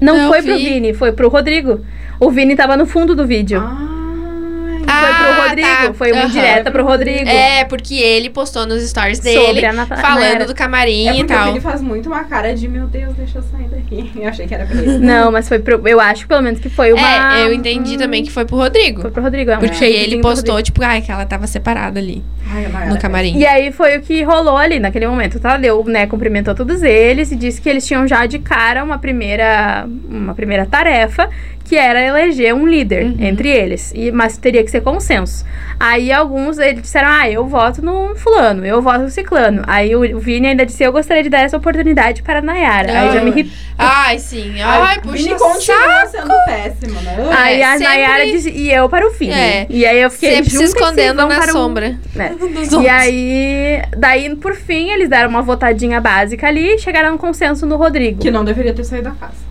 A: não
B: Não
A: foi pro
B: vi.
A: Vini, foi pro Rodrigo. O Vini tava no fundo do vídeo.
D: Ai,
A: foi
B: Ah,
A: pro Rodrigo.
B: tá.
A: Foi uma
B: Aham.
A: indireta pro Rodrigo.
B: É, porque ele postou nos stories
A: sobre
B: dele,
A: a Nata-
B: falando
A: Nayara.
B: do camarim
D: é
B: e
D: porque o
B: tal.
D: Vini faz muito uma cara de, meu Deus, deixa eu sair daqui. [LAUGHS] Eu achei que era pra ele.
A: Não, mas foi pro. Eu acho pelo menos que foi uma. hum.
B: É, eu entendi também que foi pro
A: Foi
B: Rodrigo.
A: pro Rodrigo, é um
B: Porque
A: shapezinho
B: ele
A: pro
B: postou, tipo, ai, que ela tava separada ali,
D: Ai, a Nayara.
B: no camarim.
A: é. E aí foi o que rolou ali naquele momento. Tá? Deu, né, cumprimentou todos eles e disse que eles tinham já de cara uma primeira, uma primeira tarefa, que era eleger um líder
B: Uhum.
A: entre eles. E, mas teria que ser consenso. Aí alguns eles disseram: ah, eu voto no fulano, eu voto no ciclano. Aí o, o Vini ainda disse: eu gostaria de dar essa oportunidade para a Nayara. aí
B: é.
A: já me ri.
B: Ai, sim. Ai,
D: Ai, o Vini
B: puxa saco.
D: continua sendo péssimo, né?
A: Aí a
B: sempre-
A: Nayara disse: e eu para o Vini.
B: É.
A: E aí eu fiquei
B: Sempre se
A: "Juntem-se,
B: escondendo
A: vão
B: na
A: para o-
B: sombra.
A: É.
B: [LAUGHS] dos
A: E
B: outros.
A: aí, daí por fim, eles deram uma votadinha básica ali e chegaram a um consenso no Rodrigo.
D: Que não deveria ter saído da casa.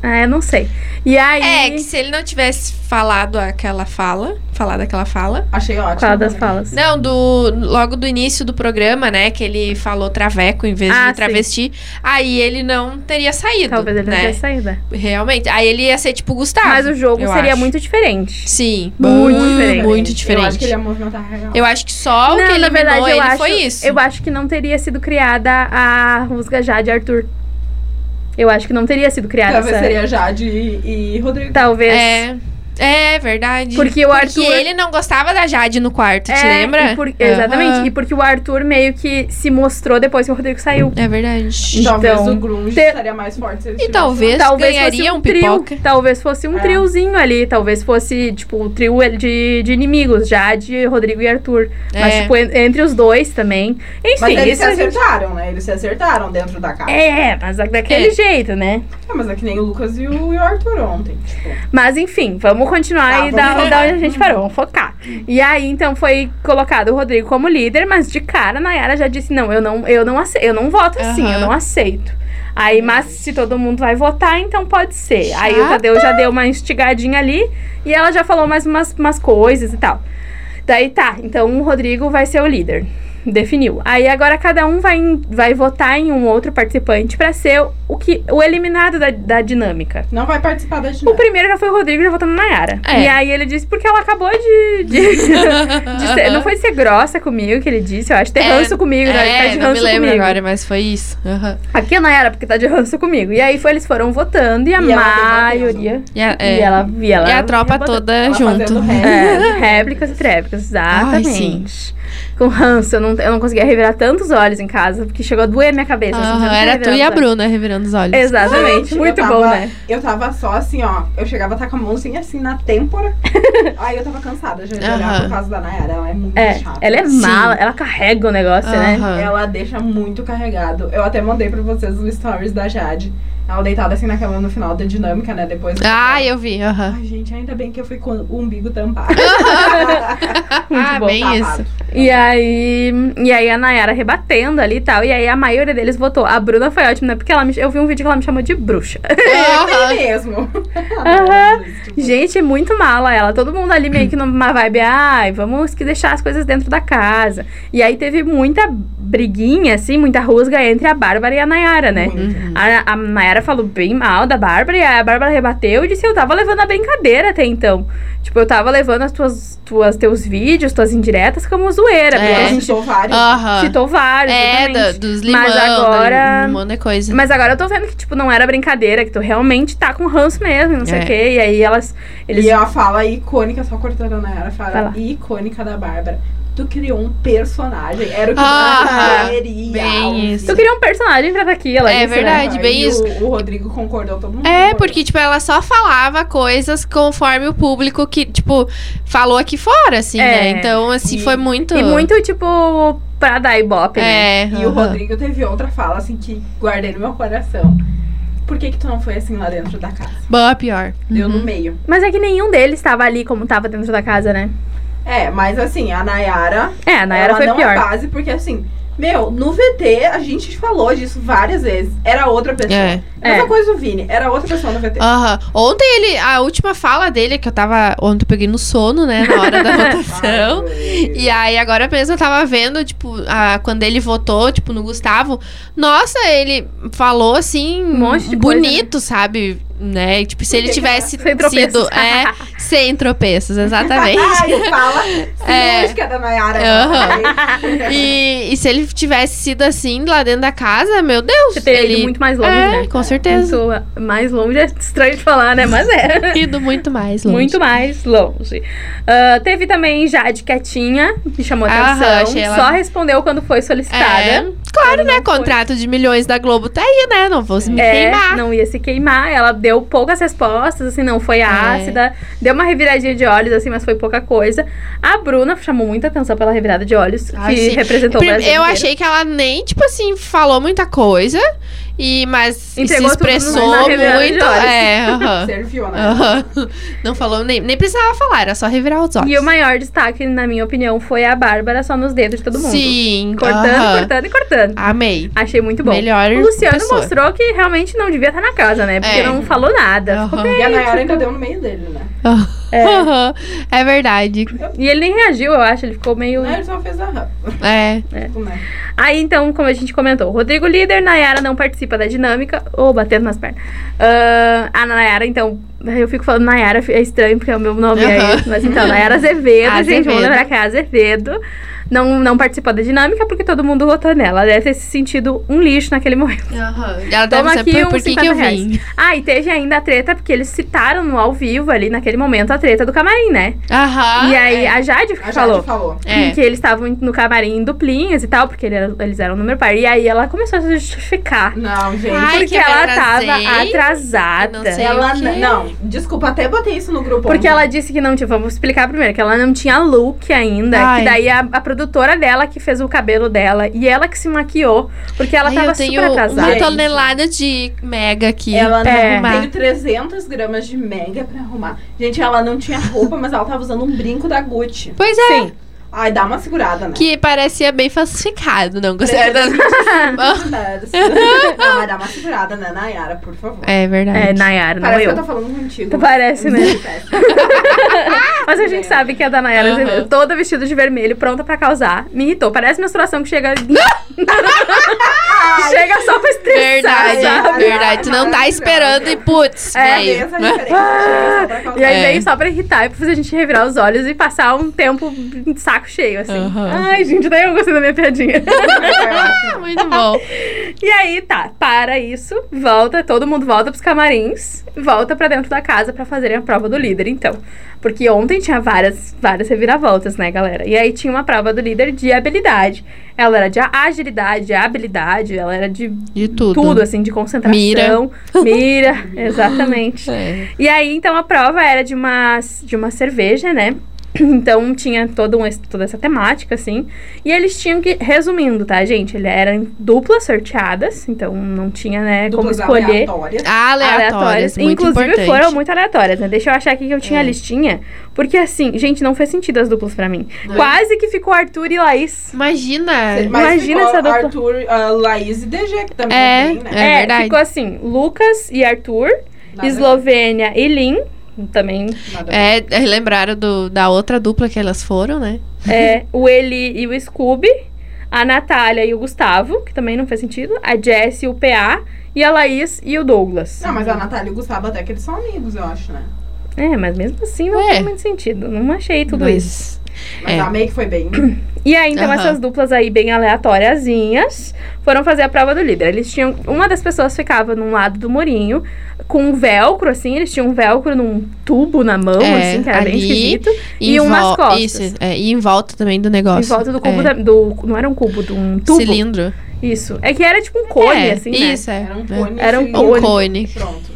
A: É, não sei. E aí,
B: É, que se ele não tivesse falado aquela fala, falado aquela fala,
D: Achei ótimo.
A: fala é das
D: né?
A: falas.
B: Não, do logo do início do programa, né, que ele falou traveco em vez
A: Ah,
B: de travesti, aí ele não teria saído,
A: Talvez ele não
B: né?
A: tivesse saído. é.
B: Realmente. Aí ele ia ser tipo Gustavo.
A: Mas o jogo
B: eu
A: seria
B: acho.
A: muito diferente.
B: Sim,
A: Muito diferente.
B: muito diferente.
D: Eu acho que ele ia movimentar real.
B: só o
A: é Não,
B: que é
A: na
B: eliminou
A: verdade, eu
B: ele
A: acho-
B: foi isso.
A: Eu acho que não teria sido criada a Rusga Jade Arthur. Eu acho que não teria sido criada
D: Talvez
A: essa.
D: seria Jade e, e Rodrigo.
A: Talvez.
B: É, é verdade.
A: Porque o Arthur.
B: Porque ele não gostava da Jade no quarto, te
A: É,
B: lembra?
A: e por- Exatamente.
B: Aham.
A: E porque o Arthur meio que se mostrou depois que o Rodrigo saiu.
B: É
A: [LAUGHS]
B: verdade.
D: Talvez
A: Então,
D: o Grunge
A: te-
D: estaria mais forte se ele
B: E talvez,
A: talvez fosse
B: ganharia
A: um,
B: um
A: trio,
B: pipoca. Ah.
A: talvez fosse um
D: É.
A: triozinho ali, talvez fosse tipo o trio de, de inimigos, Jade, Rodrigo e Arthur, mas
B: É.
A: tipo en- entre os dois também. Enfim,
D: Mas eles
A: isso
D: se
A: a gente-
D: acertaram, né? Eles se acertaram dentro da casa.
A: é, mas da- daquele
B: É.
A: jeito, né?
D: Ah, mas é que nem o Lucas e o, e o Arthur ontem. Tipo,
A: Mas enfim, vamos continuar
D: Tá,
A: e
D: vamos
A: da,
D: focar.
A: da onde a gente parou, vamos focar. E aí então foi colocado o Rodrigo como líder, mas de cara a Nayara já disse: "Não, eu não, eu não ace- eu não voto assim, eu
B: Aham.
A: não aceito". Aí, mas se todo mundo vai votar, então pode ser. Aí o Tadeu já deu uma instigadinha ali e ela já falou mais umas, umas coisas e tal. Daí tá, então o Rodrigo vai ser o líder. Definiu. Aí agora cada um vai, em- vai votar em um outro participante pra ser o, que, o eliminado da, da dinâmica.
D: não vai participar da
A: O
D: dinâmica.
A: primeiro já foi o Rodrigo já votando na Nayara.
B: É.
A: E aí ele disse, porque ela acabou de. [LAUGHS] de- de ser- não foi ser grossa comigo que ele disse, eu acho. Ter
B: É,
A: ranço comigo, né? Tá
B: É,
A: de
B: não me
A: ranço
B: lembro
A: comigo.
B: agora, mas foi isso. Aham.
A: Aqui é a Nayara, porque tá de ranço comigo. E aí foi, eles foram votando e a
D: E ela
A: maioria.
B: E a, é,
A: E ela via
B: e a tropa toda
D: Ela
B: junto.
D: fazendo rap.
A: É, réplicas e tréplicas,
B: Ai,
A: exatamente. Com ranço, eu não, eu não conseguia revirar tantos olhos em casa, porque chegou a doer a minha cabeça. assim,
B: Aham,
A: eu não
B: era tu
A: revirava
B: e a
A: os olhos.
B: Bruna revirando os olhos.
A: Exatamente,
D: Gente, eu
A: muito
D: tava-
A: bom, né?
D: Eu tava só assim, ó. Eu chegava a estar com a mãozinha assim na
A: [LAUGHS]
D: têmpora. Aí eu tava cansada já de olhar
B: Aham.
D: por causa da Nayara. Ela é muito
A: É,
D: chata.
A: ela é
B: Sim.
A: mala, ela carrega o negócio, né?
B: Aham.
D: Ela deixa muito carregado. Eu até mandei pra vocês os stories da Jade. Ela deitada assim na cama no final da dinâmica, né? Depois.
B: Ah, eu vi, aham.
D: Ai, gente, ainda bem que eu fui com o umbigo tampado.
A: Muito
B: ah,
A: bom. tá
B: bem
D: Tapado.
B: isso.
A: E aí, e aí a Nayara rebatendo ali e tal. E aí a maioria deles votou. A Bruna foi ótima, né? Porque ela me- eu vi um vídeo que ela me chamou de bruxa. [LAUGHS]
D: É
B: Aham.
D: mesmo. [LAUGHS]
A: Aham. Gente, muito mala ela. Todo mundo ali meio que numa vibe, ai, vamos que deixar as coisas dentro da casa. E aí teve muita briguinha, assim, muita rusga entre a Bárbara e a Nayara, né?
B: Uhum.
A: A, a Mayara falou bem mal da Bárbara e a Bárbara rebateu e disse: Eu tava levando a brincadeira até então. Tipo, eu tava levando as tuas, tuas teus vídeos, tuas indiretas como zoeira.
B: É.
A: Porque a gente [LAUGHS]
D: Citou vários.
B: Aham.
A: citou vários.
B: É,
A: exatamente.
B: do- dos limão,
A: Mas
B: da-
A: agora-
B: um monte de coisa.
A: Mas agora eu tô vendo que, tipo, não era brincadeira, que tu realmente tá com ranço mesmo, não sei o
B: É.
A: quê. E aí elas. Eles.
D: E a fala icônica, só cortando a Nayara, a
A: Vai
D: fala
A: lá.
D: icônica da Bárbara. Tu criou um personagem. Era o que
B: Ah,
D: você queria.
B: bem
D: Alves.
B: isso.
A: Tu queria um personagem pra tá aqui, ela
B: É
A: disse, né?
B: verdade. bem
D: E o-
B: isso.
D: O, Rodrigo concordou, todo mundo
B: É,
D: concordou.
B: porque, tipo, ela só falava coisas conforme o público que, tipo, falou aqui fora, assim, né?
A: É.
B: Então, assim,
D: E-
B: foi muito.
A: E muito, tipo, pra dar ibope, né?
B: É.
D: E o
B: aham.
D: Rodrigo teve outra fala, assim, que guardei no meu coração. Por que que tu não foi assim lá dentro da casa?
B: Boa, pior.
D: Deu
B: Uhum.
D: no meio.
A: Mas é que nenhum deles tava ali como tava dentro da casa, né?
D: É, mas assim, a Nayara,
A: É, a Nayara
D: ela
A: foi
D: não
A: pior.
D: é base, porque assim, meu, no VT a gente falou disso várias vezes. Era outra pessoa.
B: É.
D: Mesma
A: É.
D: coisa do Vini, era outra pessoa no VT.
B: Aham. Ontem ele. A última fala dele, que eu tava. Ontem eu peguei no sono, né? Na hora [LAUGHS] da votação. E aí, agora mesmo eu tava vendo, tipo, a, quando ele votou, tipo, no Gustavo. Nossa, ele falou assim.
A: Um monte de
B: bonito, sabe? Né? Tipo, se ele tivesse
A: Sem tropeços.
B: sido. É, [LAUGHS] sem tropeços,
A: [LAUGHS]
B: exatamente.
D: [LAUGHS] Ai, fala
B: É.
D: cirúrgica da Nayara.
B: [LAUGHS] Aham. E, e se ele tivesse sido assim lá dentro da casa, meu Deus,
A: Você teria
B: ele
A: ido muito mais longe,
B: é,
A: né?
B: com certeza.
A: Muito mais longe é estranho de falar, né? Mas é.
B: [LAUGHS]
A: [LAUGHS]
B: ido muito mais longe.
A: Muito mais longe. Ah, teve também Jade quietinha, me chamou
B: Aham,
A: atenção.
B: achei ela-
A: Só respondeu quando foi solicitada.
B: É, claro, né? Contrato de milhões da Globo tá aí, né? Não vou me
A: É,
B: queimar.
A: não ia se queimar. Ela deu poucas respostas, assim, não
B: É.
A: foi ácida. Deu uma reviradinha de olhos, assim, mas foi pouca coisa. A Bruna chamou muita atenção pela revirada de olhos,
B: Ah,
A: que
B: sim.
A: representou o
B: Prim-
A: Brasil
B: Eu
A: inteiro.
B: achei que ela nem, tipo assim, falou muita coisa, e, mas e se
A: Entregou tudo
B: expressou
A: na revirada de
B: muito.
A: olhos.
B: É,
A: [LAUGHS]
B: aham.
D: Serviu, né?
B: Aham. Não falou nem, nem precisava falar, era só revirar os olhos.
A: E o maior destaque, na minha opinião, foi a Bárbara só nos dedos de todo mundo.
B: Sim.
A: Cortando,
B: aham.
A: cortando e cortando.
B: Amei.
A: Achei muito bom.
B: Melhor.
A: O Luciano
B: pessoa.
A: mostrou que realmente não devia estar na casa, né? Porque
B: É.
A: não falou nada. tipo,
B: Aham.
D: E a Nayara ainda deu no meio dele, né?
A: É.
B: [LAUGHS] Aham, É. verdade.
A: E ele nem reagiu, eu acho. Ele ficou meio.
D: Não, é ele só fez a rapa,
B: É.
D: né?
A: Aí então, como a gente comentou, Rodrigo líder, Nayara não participa da dinâmica. Ou batendo nas pernas. Ah, a Nayara, então. Eu fico falando Nayara, é estranho porque é o meu nome
B: Aham.
A: é esse. Mas então, Nayara
B: [LAUGHS]
A: Azevedo, gente.
B: Azevedo.
A: Vamos lembrar que é Azevedo. Não, não participou da dinâmica porque todo mundo votou nela. Ela Deve ter se sentido um lixo naquele [LAUGHS] momento.
B: Ela deve
A: Toma
B: saber
A: aqui
B: por,
A: uns
B: por que, que
A: 50
B: eu
A: reais.
B: vim.
A: Ah, e teve ainda a treta, porque eles citaram no ao vivo ali naquele momento a treta do camarim, né?
B: Aham.
A: e aí
B: É.
A: a Jade
D: A Jade
A: falou.
D: falou. falou.
B: É.
A: Que eles estavam no camarim em duplinhas e tal, porque ele era- eles eram número par. E aí ela começou a se justificar.
D: Não, gente.
B: Ai, que
A: porque
B: eu me
A: ela
B: atrasei,
A: tava
B: eu
A: atrasada.
B: não Ah, sei
D: ela.
B: o quê.
D: n- Não, desculpa, até botei isso no grupo.
A: Porque
B: é.
D: ontem.
A: ela disse que não tinha. Vamos explicar primeiro, que ela não tinha look ainda.
B: Ai.
A: Que daí a, a produtora dela que fez o cabelo dela e ela que se maquiou. Porque ela
B: Ai,
A: tava
B: eu tenho
A: super atrasada.
B: uma
D: Gente.
B: tonelada de mega aqui.
D: Ela
B: pra
A: É.
B: arrumar.
D: Tenho 300 gramas de mega pra arrumar. Gente, ela não tinha roupa, mas ela tava usando um brinco da Gucci.
B: Pois é,
A: Sim.
D: Ai, dá uma segurada, né?
B: que parecia bem falsificado, não
A: É,
B: gostei. da-
A: [LAUGHS]
D: não, mas dá uma segurada, né, Nayara, por favor.
B: É verdade.
A: É, Nayara, não
D: Parece que
A: eu.
D: eu tô falando contigo.
A: Tu parece,
B: [LAUGHS]
A: né? Mas a gente
D: É.
A: sabe que a da Nayara,
B: Aham.
A: Azevedo, toda vestida de vermelho, pronta pra causar, me irritou. Parece menstruação que
B: [LAUGHS]
A: chega. [LAUGHS] chega só pra estressar.
B: Verdade,
A: É, sabe?
D: sabe?
B: verdade. Tu não tá
D: Maravilhosa.
B: esperando e putz, [LAUGHS]
A: É,
B: veio.
D: Cabeça diferente, chega só pra causar.
A: E aí
B: É.
A: veio só pra irritar e pra fazer a gente revirar os olhos e passar um tempo de saco cheio, assim.
B: Aham.
A: Ai, gente, daí eu gostei da minha
B: [LAUGHS]
A: piadinha.
B: Ah, Muito bom.
A: e aí, tá, para isso, volta, todo mundo volta pros camarins, volta pra dentro da casa pra fazerem a prova do líder, então. Porque ontem tinha várias, várias reviravoltas, né, galera? E aí tinha uma prova do líder de habilidade. Ela era de agilidade, habilidade, ela era de
B: De tudo.
A: tudo, assim, de concentração. Mira. [LAUGHS] exatamente.
B: É.
A: E aí, então, a prova era de uma, de uma cerveja, né? [CLEARS THROAT] Então tinha todo um, es- toda essa temática, assim. E eles tinham que. Resumindo, tá, gente? Ele eram duplas sorteadas, então não tinha, né, como
D: Duplas
A: escolher
D: aleatórias.
B: Aleatórias, muito
A: Inclusive
B: importante.
A: foram muito aleatórias, né? Deixa eu achar aqui que eu tinha a
B: É.
A: listinha. Porque assim, gente, não fez sentido as duplas pra mim.
B: Não. é?
A: Quase que ficou Arthur e Laís.
B: Imagina.
D: Mas
A: É. Imagina
D: ficou
A: essa dupla.
D: Arthur, ah, Laís e DG, que também
B: É,
D: tem, né?
B: é. verdade.
A: ficou assim, Lucas e Arthur,
D: Nada-
A: Eslovênia e Lin. Também.
D: nada-
B: É, é, lembraram do- da outra dupla que elas foram, né?
A: é, o Eli e o Scooby. A Natália e o Gustavo, que também não fez sentido. A Jess e o PA. E a Laís e o Douglas.
D: Não, mas a Natália e o Gustavo até que eles são amigos, eu acho, né?
A: É, mas mesmo assim não
B: É.
A: fez muito sentido. Não achei tudo
B: Mas-
A: isso.
D: Mas
B: É.
D: a May que foi bem.
A: E aí, então,
B: Aham.
A: essas duplas aí, bem aleatóriazinhas, foram fazer a prova do líder. Eles tinham. Uma das pessoas ficava num lado do murinho, com um velcro, assim, eles tinham um velcro num tubo na mão,
B: É,
A: assim, que era bem
B: ali,
A: esquisito.
B: E,
A: E
B: em
A: umas
B: vol-
A: costas.
B: Isso, é, e em volta também do negócio.
A: Em volta do cubo
B: é.
A: da- do. Não era um cubo, de um tubo.
B: Cilindro.
A: Isso. É que era tipo um cone,
B: é,
A: assim, né?
B: Isso, é. [LAUGHS]
D: Era um
B: É.
D: cone.
A: Era um Tá,
D: cilíndrico.
B: cone.
D: Pronto.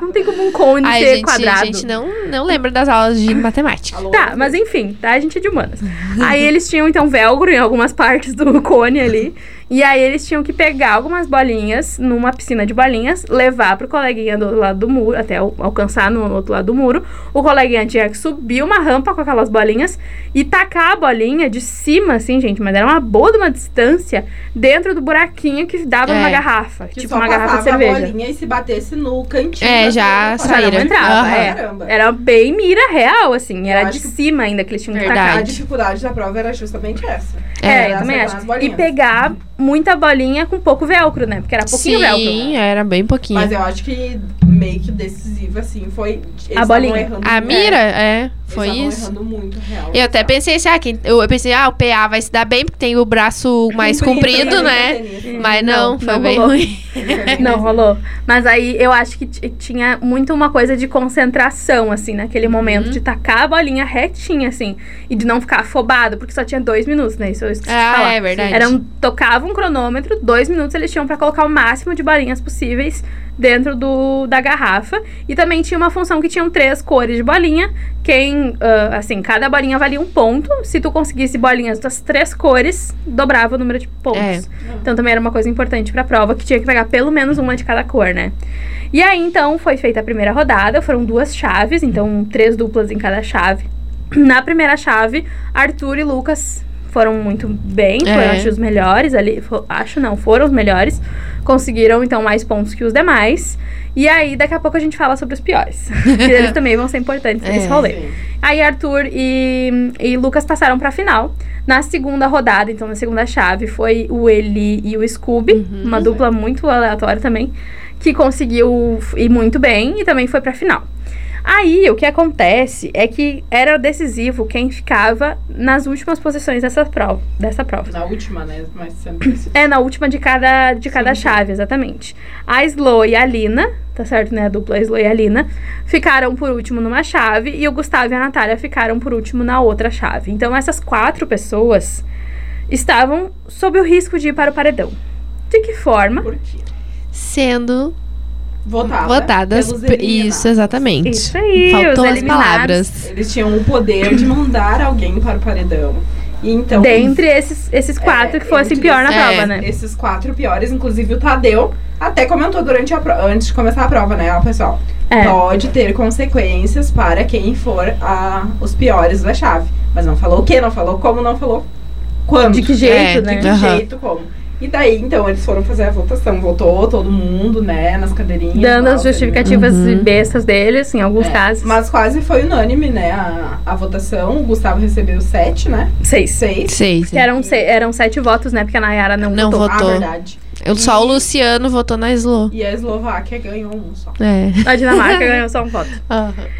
A: Não tem como [LAUGHS] um cone
B: Ai,
A: ser
B: gente,
A: quadrado.
B: gente não, não lembra das aulas de matemática.
D: Alô,
A: Tá, mas enfim, tá? A gente é de
B: [LAUGHS]
A: humanas. aí eles tinham, então, velcro em algumas partes do [LAUGHS] cone ali. E aí eles tinham que pegar algumas bolinhas numa piscina de bolinhas, levar pro coleguinha do outro lado do muro, até al- alcançar no outro lado do muro. O coleguinha tinha que subir uma rampa com aquelas bolinhas e tacar a bolinha de cima, assim, gente, mas era uma boa de uma distância dentro do buraquinho que dava
B: É.
A: numa garrafa.
D: que
A: tipo
D: só
A: uma garrafa de
D: passava a
A: cerveja.
D: bolinha e se batesse no cantinho.
B: É,
D: da
B: já
D: tela,
A: Já
D: fora.
A: não
B: saíram.
A: entrava,
B: Aham.
A: é.
D: Caramba.
A: Era bem mira real, assim, era
D: acho
A: de
D: que-
A: cima ainda que eles tinham que
B: Verdade.
A: tacar.
D: A dificuldade da prova era justamente essa.
A: É,
B: É.
A: eu também
D: Era só
A: acho.
D: aquelas
A: E
D: bolinhas.
A: pegar muita bolinha com pouco velcro, né? Porque era pouquinho
B: Sim,
A: velcro. né? é
B: era bem pouquinho.
D: Mas eu acho que meio que decisiva, assim, foi. Eles estavam
A: bolinha.
D: errando
B: A
D: muito.
B: mira,
D: É,
B: é,
D: eles
B: foi
D: estavam
B: isso.
D: errando muito, real.
A: é
B: Eu até pensei assim, ah, quem, eu pensei, ah, o PA vai se dar bem porque tem
A: [LAUGHS]
B: o braço mais comprido, né? Mas não,
A: Não,
B: foi
A: não
B: bem
A: rolou.
B: ruim.
A: Não rolou. Mas aí eu acho que t- tinha muito uma coisa de concentração, assim, naquele
B: Uhum.
A: momento, de tacar a bolinha retinha, assim, e de não ficar afobado, porque só tinha dois minutos, né? Isso eu esqueci de
B: Ah,
A: falar.
B: é verdade.
A: Era um, tocava um cronômetro, dois minutos eles tinham pra colocar o máximo de bolinhas possíveis dentro do, da garrafa. E também tinha uma função que tinham três cores de bolinha. Quem, ah, assim, cada bolinha valia um ponto. Se tu conseguisse bolinhas das três cores, dobrava o número de pontos.
B: É.
A: Então também era uma coisa importante pra prova, que tinha que pegar pelo menos uma de cada cor, né? E aí, então, foi feita a primeira rodada, foram duas chaves, então três duplas em cada chave. Na primeira chave, Arthur e Lucas foram muito bem, foram
B: É.
A: acho os melhores ali, fo- acho não, foram os melhores. Conseguiram então mais pontos que os demais. E aí daqui a pouco a gente fala sobre os piores. [LAUGHS] que eles também vão ser importantes nesse
B: É.
A: rolê. Aí Arthur e, e Lucas passaram pra final. Na segunda rodada, então na segunda chave, foi o Eli e o Scooby,
B: Uhum.
A: uma dupla muito aleatória também, que conseguiu f- ir muito bem e também foi pra final. Aí o que acontece é que era decisivo quem ficava nas últimas posições dessa prova, dessa prova.
D: Na última, né? Mas sempre isso.
A: É, na última de cada, de cada
D: Sim.
A: chave, exatamente. A Slo e a Lina, tá certo, né? A dupla Slo e a Lina, ficaram por último numa chave e o Gustavo e a Natália ficaram por último na outra chave. Então, essas quatro pessoas estavam sob o risco de ir para o paredão. De que forma?
D: Por quê?
B: Sendo
D: Votada.
B: votadas.
D: pelos
B: pe-
D: eliminados.
B: Isso, exatamente.
A: Isso aí, os
B: Faltou as
A: eliminados.
B: palavras.
D: Eles tinham o poder de mandar alguém para o paredão. E então,
A: Dentre esses, esses quatro
D: É,
A: que fossem
D: eu
A: pior na
B: disse-
A: prova,
B: é.
A: né?
D: esses quatro piores, inclusive o Tadeu, até comentou durante a pro- antes de começar a prova, né, ó, pessoal?
A: É.
D: Pode ter consequências para quem for a, os piores da chave. Mas não falou o que, não falou como, não falou quando.
A: De que jeito,
B: É,
A: né?
D: De que
B: Aham.
D: jeito, como. E daí, então, eles foram fazer a votação. Votou todo mundo, né, nas cadeirinhas.
A: Dando
D: lá,
A: as
D: o Tadeu.
A: justificativas
B: Uhum.
A: bestas deles, em alguns
D: É,
A: casos.
D: Mas quase foi unânime, né, a, a votação. O Gustavo recebeu sete, né?
A: Seis.
D: Seis.
B: Sei,
A: Que
B: sei.
A: eram, se- eram sete votos, né? Porque a Nayara não,
B: Não
A: votou.
D: Ah,
B: Votou.
D: verdade.
B: Eu- Só o
A: Uhum.
B: Luciano votou na Slo.
D: E a Eslováquia ganhou um só.
B: É.
A: A Dinamarca ganhou só um voto.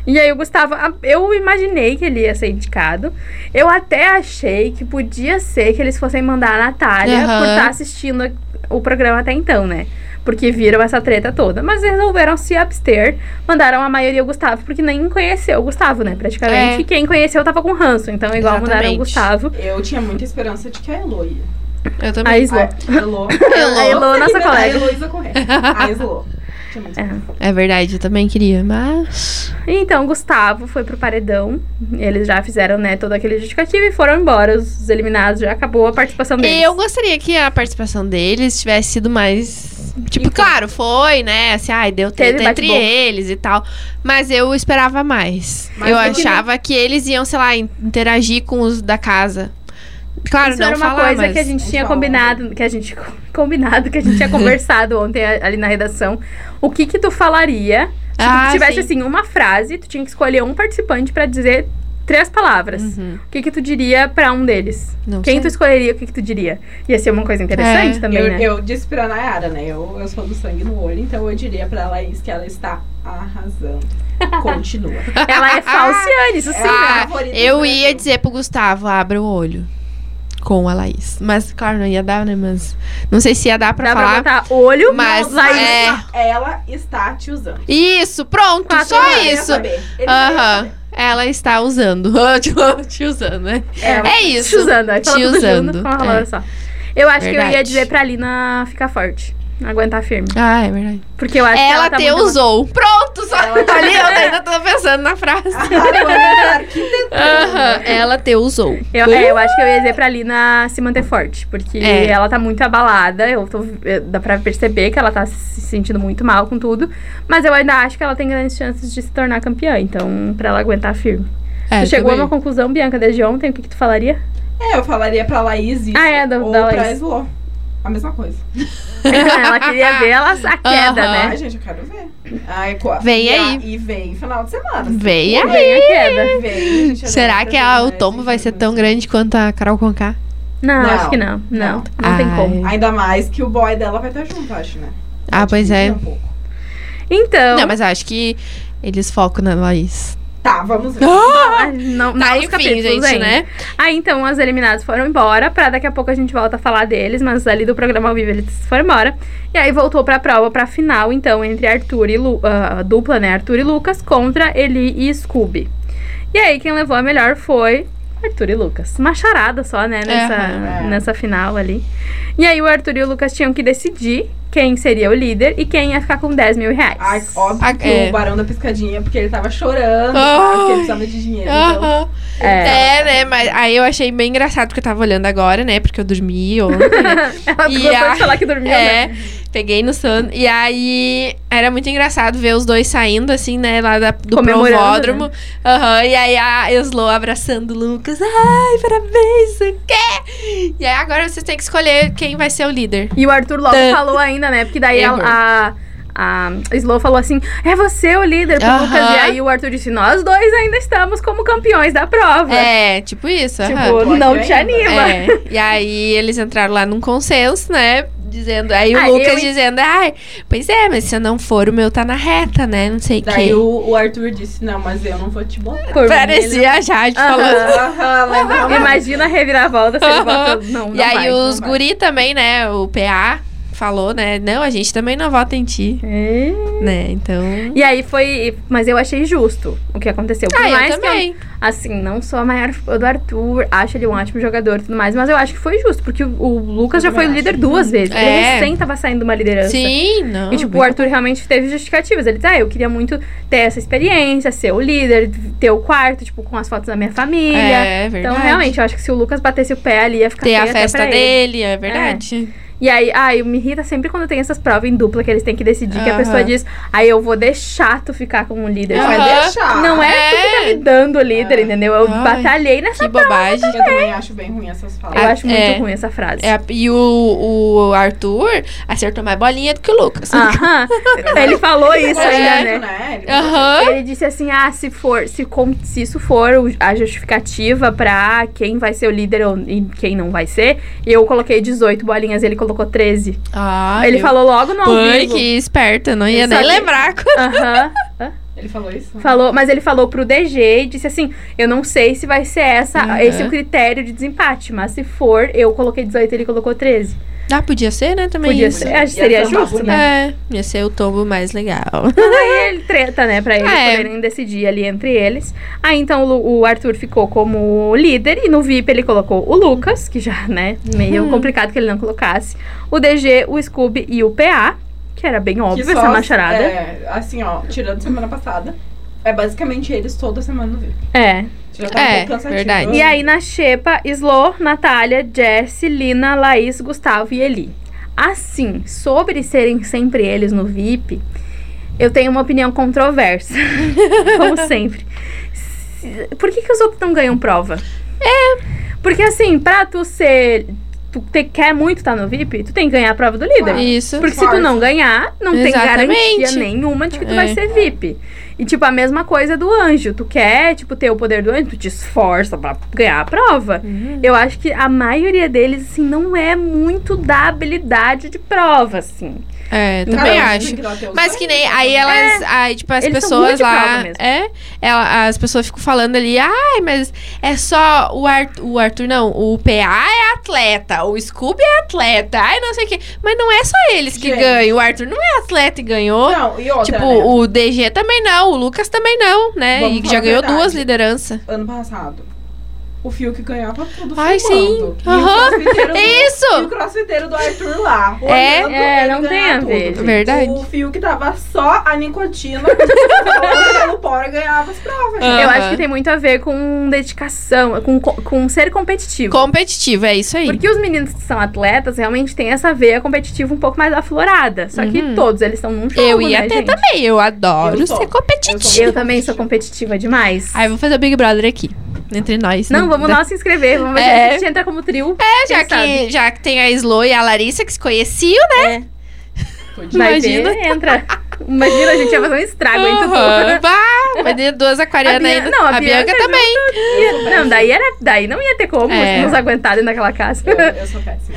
A: E aí o Gustavo, a- eu imaginei que ele ia ser indicado. Eu até achei que podia ser que eles fossem mandar a Natália
B: Aham.
A: por estar assistindo o programa até então, né? Porque viram essa treta toda. Mas resolveram se abster, mandaram a maioria o Gustavo, porque nem conheceu o Gustavo, né? Praticamente.
B: É.
A: E quem conheceu tava com ranço. Então, igual mandaram o
B: Exatamente.
A: Gustavo.
D: Eu tinha muita esperança de que a Elo ia.
B: Eu também.
A: A Slo.
D: A Elo.
A: [LAUGHS] A Elo, nossa
D: A [LAUGHS]
A: colega.
D: Heloísa Correia. A Elo. Tinha muito
A: É.
B: É verdade, eu também queria, mas.
A: Então, Gustavo foi pro paredão. Eles já fizeram, né, todo aquele justificativo e foram embora. Os eliminados já acabou a participação deles.
B: Eu gostaria que a participação deles tivesse sido mais. Tipo, claro, foi, né? Assim, ai, deu
A: Então. Teve
B: treta entre
A: bate-boca.
B: eles e tal. Mas eu esperava mais.
D: Mas
B: eu
D: é que
B: achava que eles iam, sei lá, in- interagir com os da casa. Claro,
A: Isso
B: não
A: era uma
B: falar,
A: coisa
B: mas...
A: que a gente
D: Não
A: tinha
D: fala.
A: combinado, que a gente [LAUGHS] combinado, que a gente
B: [LAUGHS]
A: tinha conversado ontem a- ali na redação. O que que tu falaria se
B: Ah,
A: tu tivesse
B: sim.
A: assim uma frase, tu tinha que escolher um participante pra dizer três palavras.
B: Uhum.
A: O que que tu diria pra um deles?
B: Não
A: Quem tu
B: sei.
A: escolheria, o que que tu diria? Ia ser uma coisa interessante
B: É.
A: também,
D: eu,
A: né?
D: eu disse pra Nayara, né? Eu, eu sou do sangue no olho, então eu diria pra Laís que ela está
A: [LAUGHS]
D: arrasando. Continua.
A: Ela é falciane,
B: [LAUGHS]
A: isso sim,
B: Ah,
A: né?
D: favorita do
B: eu
D: Brasil.
B: ia dizer pro Gustavo, abra o olho. Com a Laís. Mas, claro, não ia dar, né? Mas. Não sei se ia dar pra
A: Dá
B: falar.
A: pra botar olho,
B: mas
A: Laís.
B: é,
D: Ah, Ela está te usando.
B: Isso, pronto,
A: Quatro
B: só
A: horas.
D: Ele
B: isso.
D: quer saber, ele
B: Aham.
D: quer
B: Ela está usando. [LAUGHS] te, te usando, né?
D: saber. Ela-
B: É isso.
A: Te usando, é,
B: Te
A: fala tudo
B: usando,
A: junto com uma
B: é.
A: palavra só. Eu acho que eu ia
B: Verdade.
A: dizer pra Lina ficar forte. Aguentar firme.
B: Ah, é verdade.
A: Porque eu acho que
B: Ela,
A: ela tá
B: te
A: muito tá
B: usou. Pronto, só
D: Ela te-
B: ali eu ainda tô pensando na
A: [LAUGHS]
B: frase.
A: É.
D: tá Agora, arquitetura.
B: Aham, Ela te usou.
A: Eu, é, eu acho que eu ia dizer pra Lina se manter forte, porque
B: É.
A: ela tá muito abalada, eu tô, eu- dá pra perceber que ela tá se sentindo muito mal com tudo, mas eu ainda acho que ela tem grandes chances de se tornar campeã, então pra ela aguentar firme.
B: É,
A: tu chegou a
B: também.
A: uma conclusão, Bianca, desde ontem, o que, que tu falaria? [LAUGHS]
D: É, eu falaria pra Laís isso.
A: Ah, é, da-
D: ou
A: da
D: pra
A: Laís.
D: Slo. A mesma coisa.
A: ela queria ver ela, a queda,
B: Aham.
A: né?
D: Ai, gente, eu quero ver. Ai, co-
B: Vem
D: e a-
B: aí.
D: E vem final de semana.
B: Vem aí.
A: Vem a queda.
B: [LAUGHS]
D: Vem, gente, eu
B: Será
D: adoro
B: que a- o
D: fazer,
B: tombo
D: né,
B: vai ser
D: gente?
B: tão grande quanto a Carol Conká?
A: Não,
D: Não,
A: acho que não. Não, não,
D: não.
A: tem
B: Ai.
A: como.
D: Ainda mais que o boy dela vai estar junto, acho, né?
B: Ah, pois é.
D: Um pouco.
A: Então,
B: Não, mas eu acho que eles focam na Laís.
D: Tá, vamos
B: [GASPS]
D: ver.
A: ah, não,
B: Tá,
A: novos
B: enfim,
A: capítulos
B: gente,
A: ainda.
B: né?
A: Aí então as eliminadas foram embora, pra daqui a pouco a gente volta a falar deles, mas ali do programa ao vivo eles foram embora. E aí voltou pra prova, pra final, então, entre Arthur e Lu, ah, a dupla, né? Arthur e Lucas contra Eli e Scooby. E aí quem levou a melhor foi Arthur e Lucas. Uma charada só,
B: É.
A: né, nessa,
D: É.
B: Aham.
A: nessa final ali. E aí o Arthur e o Lucas tinham que decidir quem seria o líder e quem ia ficar com 10 mil reais.
D: Ai, óbvio
B: Ah,
D: que
B: é. Ah.
D: o Barão da Piscadinha, porque ele tava chorando,
B: Ai.
D: tá? porque ele precisava de dinheiro. Então,
B: Aham.
A: É.
B: É, né? Mas aí eu achei bem engraçado porque eu tava olhando agora, né? Porque eu dormi ontem. né?
A: [LAUGHS] Ela
B: E
A: gostou
B: a-
A: de falar que dormiu, né?
B: É, peguei no sono. E aí era muito engraçado ver os dois saindo, assim, né, lá da- do
A: Comemorando,
B: provódromo. Aham, e aí a Eslo abraçando o Lucas. Ai, parabéns, o quê? E aí agora vocês têm que escolher quem vai ser o líder.
A: E o Arthur logo
B: Tan.
A: falou ainda, né? Porque daí a,
B: Error.
A: a, a Slow falou assim: é você o líder pro
B: Aham.
A: Lucas. E aí o Arthur disse: nós dois ainda estamos como campeões da prova.
B: É, tipo isso. aham.
A: Tipo, não te
D: ainda.
A: anima.
B: É, e aí eles entraram lá num consenso, né? Dizendo, aí o
A: Ah,
B: Lucas
A: eu e-
B: dizendo, ai, pois é, mas se eu não for, o meu tá na reta, né? Não sei o
D: Daí
B: quê. [LAUGHS]
D: o, o Arthur disse, não, mas eu não vou te botar.
A: Por mim,
B: Parecia a Jade
A: Aham.
B: falando.
D: Aham, leva
A: ele- Imagina revirar a volta se ele bota. Não, não
B: E
A: vai.
B: aí os
D: vai.
B: guri também, né? O PA falou, né? Não, a gente também não vota em ti,
A: É.
B: né? Então.
A: E aí foi. Mas eu achei justo o que aconteceu. Por
B: Ah,
A: mais
B: eu
A: que é eu
B: também.
A: Assim, não sou a maior fã do Arthur, acho ele um ótimo jogador e tudo mais, mas eu acho que foi justo, porque o, o Lucas
D: Eu
A: já foi
D: também
A: líder
D: acho.
A: duas vezes.
B: É.
A: Ele recém tava saindo de uma liderança.
B: Sim, não. é
A: E, tipo, o Arthur realmente teve justificativas. Ele disse, ah, eu queria muito ter essa experiência, ser o líder, ter o quarto, tipo, com as fotos da minha família.
B: É, verdade.
A: Então, realmente, eu acho que se o Lucas batesse o pé ali, ia ficar
B: Ter
A: feio
B: a
A: até
B: festa
A: pra ele.
B: dele, é verdade.
A: E aí, ai, me irrita sempre quando tem essas provas em dupla que eles têm que decidir, que a
B: Aham.
A: pessoa diz, aí eu vou deixar tu ficar com o líder.
D: Não
B: Aham.
D: vai deixar.
A: é Não é, tu que tá me dando o líder,
D: É.
A: entendeu? Eu
B: Ai.
A: batalhei nessa...
B: Que bobagem.
D: Eu também acho bem ruim essas
A: Eu
D: palavras.
A: acho muito
B: é.
A: ruim essa frase.
B: É, e o, o Arthur acertou mais bolinha do que o Lucas.
A: Aham. Ele falou isso
B: É.
A: ainda, né?
D: Correto, né?
B: [LAUGHS]
D: Ele-
B: Aham.
A: Ele disse assim: ah, se for, se, com- se isso for o- a justificativa pra quem vai ser o líder ou- e quem não vai ser, eu coloquei 18 bolinhas, ele colocou 13.
B: Ah,
A: ele
B: meu
A: falou logo no ao
B: pai,
A: vivo.
B: que esperta, não ia
A: Só
B: nem
A: que-
B: lembrar.
A: Aham.
D: Ele falou isso?
A: Falou, mas ele falou pro DG e disse assim: eu não sei se vai ser essa,
B: Aham.
A: esse o critério de desempate, mas se for, eu coloquei 18, ele colocou 13.
B: Ah, podia ser, né? Também.
A: Podia
B: isso.
A: ser, É, acho que
D: Ia
A: seria
D: tampar
A: justo,
D: bonito.
A: né?
B: É, ia ser o tombo mais legal.
A: Então, Aí ele treta, né, pra eles
B: É.
A: poderem decidir ali entre eles. Aí então o Lu- o Arthur ficou como líder e no VIP ele colocou o Lucas, que já, né, meio complicado que ele não colocasse, o DG, o Scooby e o PA. que era bem
D: Que
A: óbvio
D: só
A: essa
D: as-
A: macharada. É.
D: É, assim, ó, tirando semana passada. É basicamente eles toda semana no VIP. Já tá
B: É,
D: um pouco cansativo.
B: verdade.
A: E aí na Xepa, Slo, Natália, Jess, Lina, Laís, Gustavo e Eli. Assim, sobre serem sempre eles no VIP, eu tenho uma opinião controversa. [LAUGHS] Como sempre. Se- Por que, que os outros não ganham prova? É. Porque assim, pra tu ser. Tu te- quer muito estar no VIP, tu tem que ganhar a prova do líder.
D: Claro.
B: Isso.
A: Porque se tu não ganhar, não tem
B: Exatamente.
A: garantia nenhuma de que tu
B: É.
A: vai ser VIP. E, tipo, a mesma coisa do anjo. Tu quer, tipo, ter o poder do anjo, tu te esforça pra ganhar a prova.
B: Uhum.
A: Eu acho que a maioria deles, assim, não é muito da habilidade de prova, assim.
B: É,
A: Então,
B: também
D: Cada um
B: acho.
D: tem que dar o teu
B: Mas
D: sangue,
B: que nem.
D: né?
B: Aí elas. Aí, tipo, as
A: Eles são muito
B: pessoas
A: de
B: lá.
A: prova mesmo.
B: É. ela- as pessoas ficam falando ali. Ai, mas é só o, Ar o Arthur, não. O PA é atleta. O Scooby é atleta. Ai, não sei o quê. Mas não é só eles que
D: Gente.
B: ganham. O Arthur não é atleta e ganhou.
D: Não, e outra,
B: tipo,
D: né?
B: o DG também não. O Lucas também não, né?
D: Vamos
B: e que
D: falar
B: já
D: a
B: ganhou
D: verdade.
B: duas lideranças.
D: ano passado. O fio que ganhava tudo
B: Ai,
D: filmando.
B: sim.
D: E o
B: Aham.
D: crossfiteiro do- E
B: [LAUGHS]
D: o
B: Isso!
D: crossfiteiro do Arthur lá. olhando
B: É,
D: ele
A: é, não tem
D: ganhar
A: a
D: tudo.
A: ver, gente.
B: Verdade.
D: O fio que tava só a nicotina, [LAUGHS] o pelo pora ganhava as provas.
B: Ah.
D: gente.
A: Eu
B: Aham.
A: acho que tem muito a ver com dedicação, com, co- com ser competitivo.
B: Competitivo, é isso aí.
A: Porque os meninos que são atletas realmente têm essa veia competitiva um pouco mais aflorada. Só que
B: Uhum.
A: todos eles estão num jogo,
B: eu ia
A: né,
B: ter
A: gente?
B: também. Eu adoro
D: Eu sou.
B: ser competitivo.
A: Eu também sou competitiva demais.
B: Aí vou fazer o Big Brother aqui. Entre nós.
A: Não, vamos nós se inscrever, vamos ver se
B: É.
A: a gente entra como trio.
B: É, já
A: Quem
B: que, já que tem a Slo e a Larissa que se conheciam, né?
A: Vai
B: Imagina.
A: ver, entra. Imagina, a gente ia fazer um estrago entre
B: Aham.
A: tudo.
B: Bah, vai ter duas aquarianas
A: A Bia-
B: ainda.
A: não, a
B: a Bianca,
A: Bianca é
B: também.
A: Não, daí, era, daí não ia ter como
B: É.
A: nos aguentar dentro daquela casa.
D: Eu, eu sou péssima.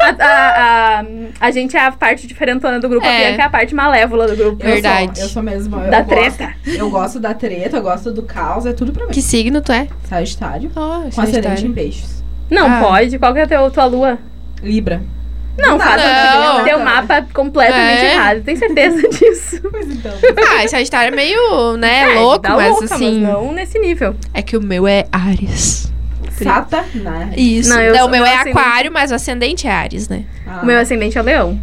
A: A, a, a- a gente é a parte diferentona do grupo, a
B: É.
A: Bianca é a parte malévola do grupo.
D: Eu
B: Verdade.
D: Sou, eu sou mesmo. Eu
A: da
D: gosto-
A: treta.
D: Eu gosto da treta, eu gosto do caos, é tudo pra mim.
B: Que signo tu é?
D: Sagitário.
B: Oh,
D: Com ascendente em peixes.
A: Não
B: Ah.
A: pode. Qual que é a teu- tua lua?
D: Libra.
A: Não,
D: Não,
A: faz um
B: não.
A: teu mapa completamente
B: É.
A: errado. Tem certeza [LAUGHS] disso.
D: Pois então.
B: [LAUGHS] Ah, Sagitário é meio,
A: É,
B: né, louco,
A: dá
B: mas
A: louca,
B: assim.
A: não nesse nível.
B: é que o meu é Ares.
D: Satanás.
B: Isso.
A: Não,
B: Não,
A: eu sou-
B: o meu
A: meu
B: é
A: ascendente-
B: Aquário, mas o ascendente é Ares, né?
D: Ah,
A: O meu ascendente é o leão.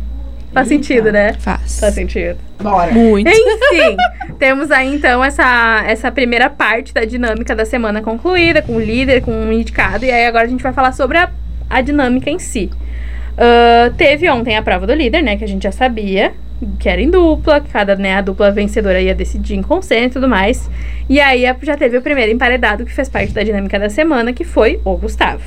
A: Faz
D: Eita.
A: sentido, né?
B: Faz.
A: Faz sentido.
D: Bora.
B: Muito.
A: [LAUGHS] Enfim, temos aí então essa, essa primeira parte da dinâmica da semana concluída, com o líder, com o indicado, e aí agora a gente vai falar sobre a, a dinâmica em si. Ahn, teve ontem a prova do líder, né, que a gente já sabia, que era em dupla, que cada, né, a dupla vencedora ia decidir em consenso e tudo mais. E aí a- já teve o primeiro emparedado que fez parte da dinâmica da semana, que foi o Gustavo.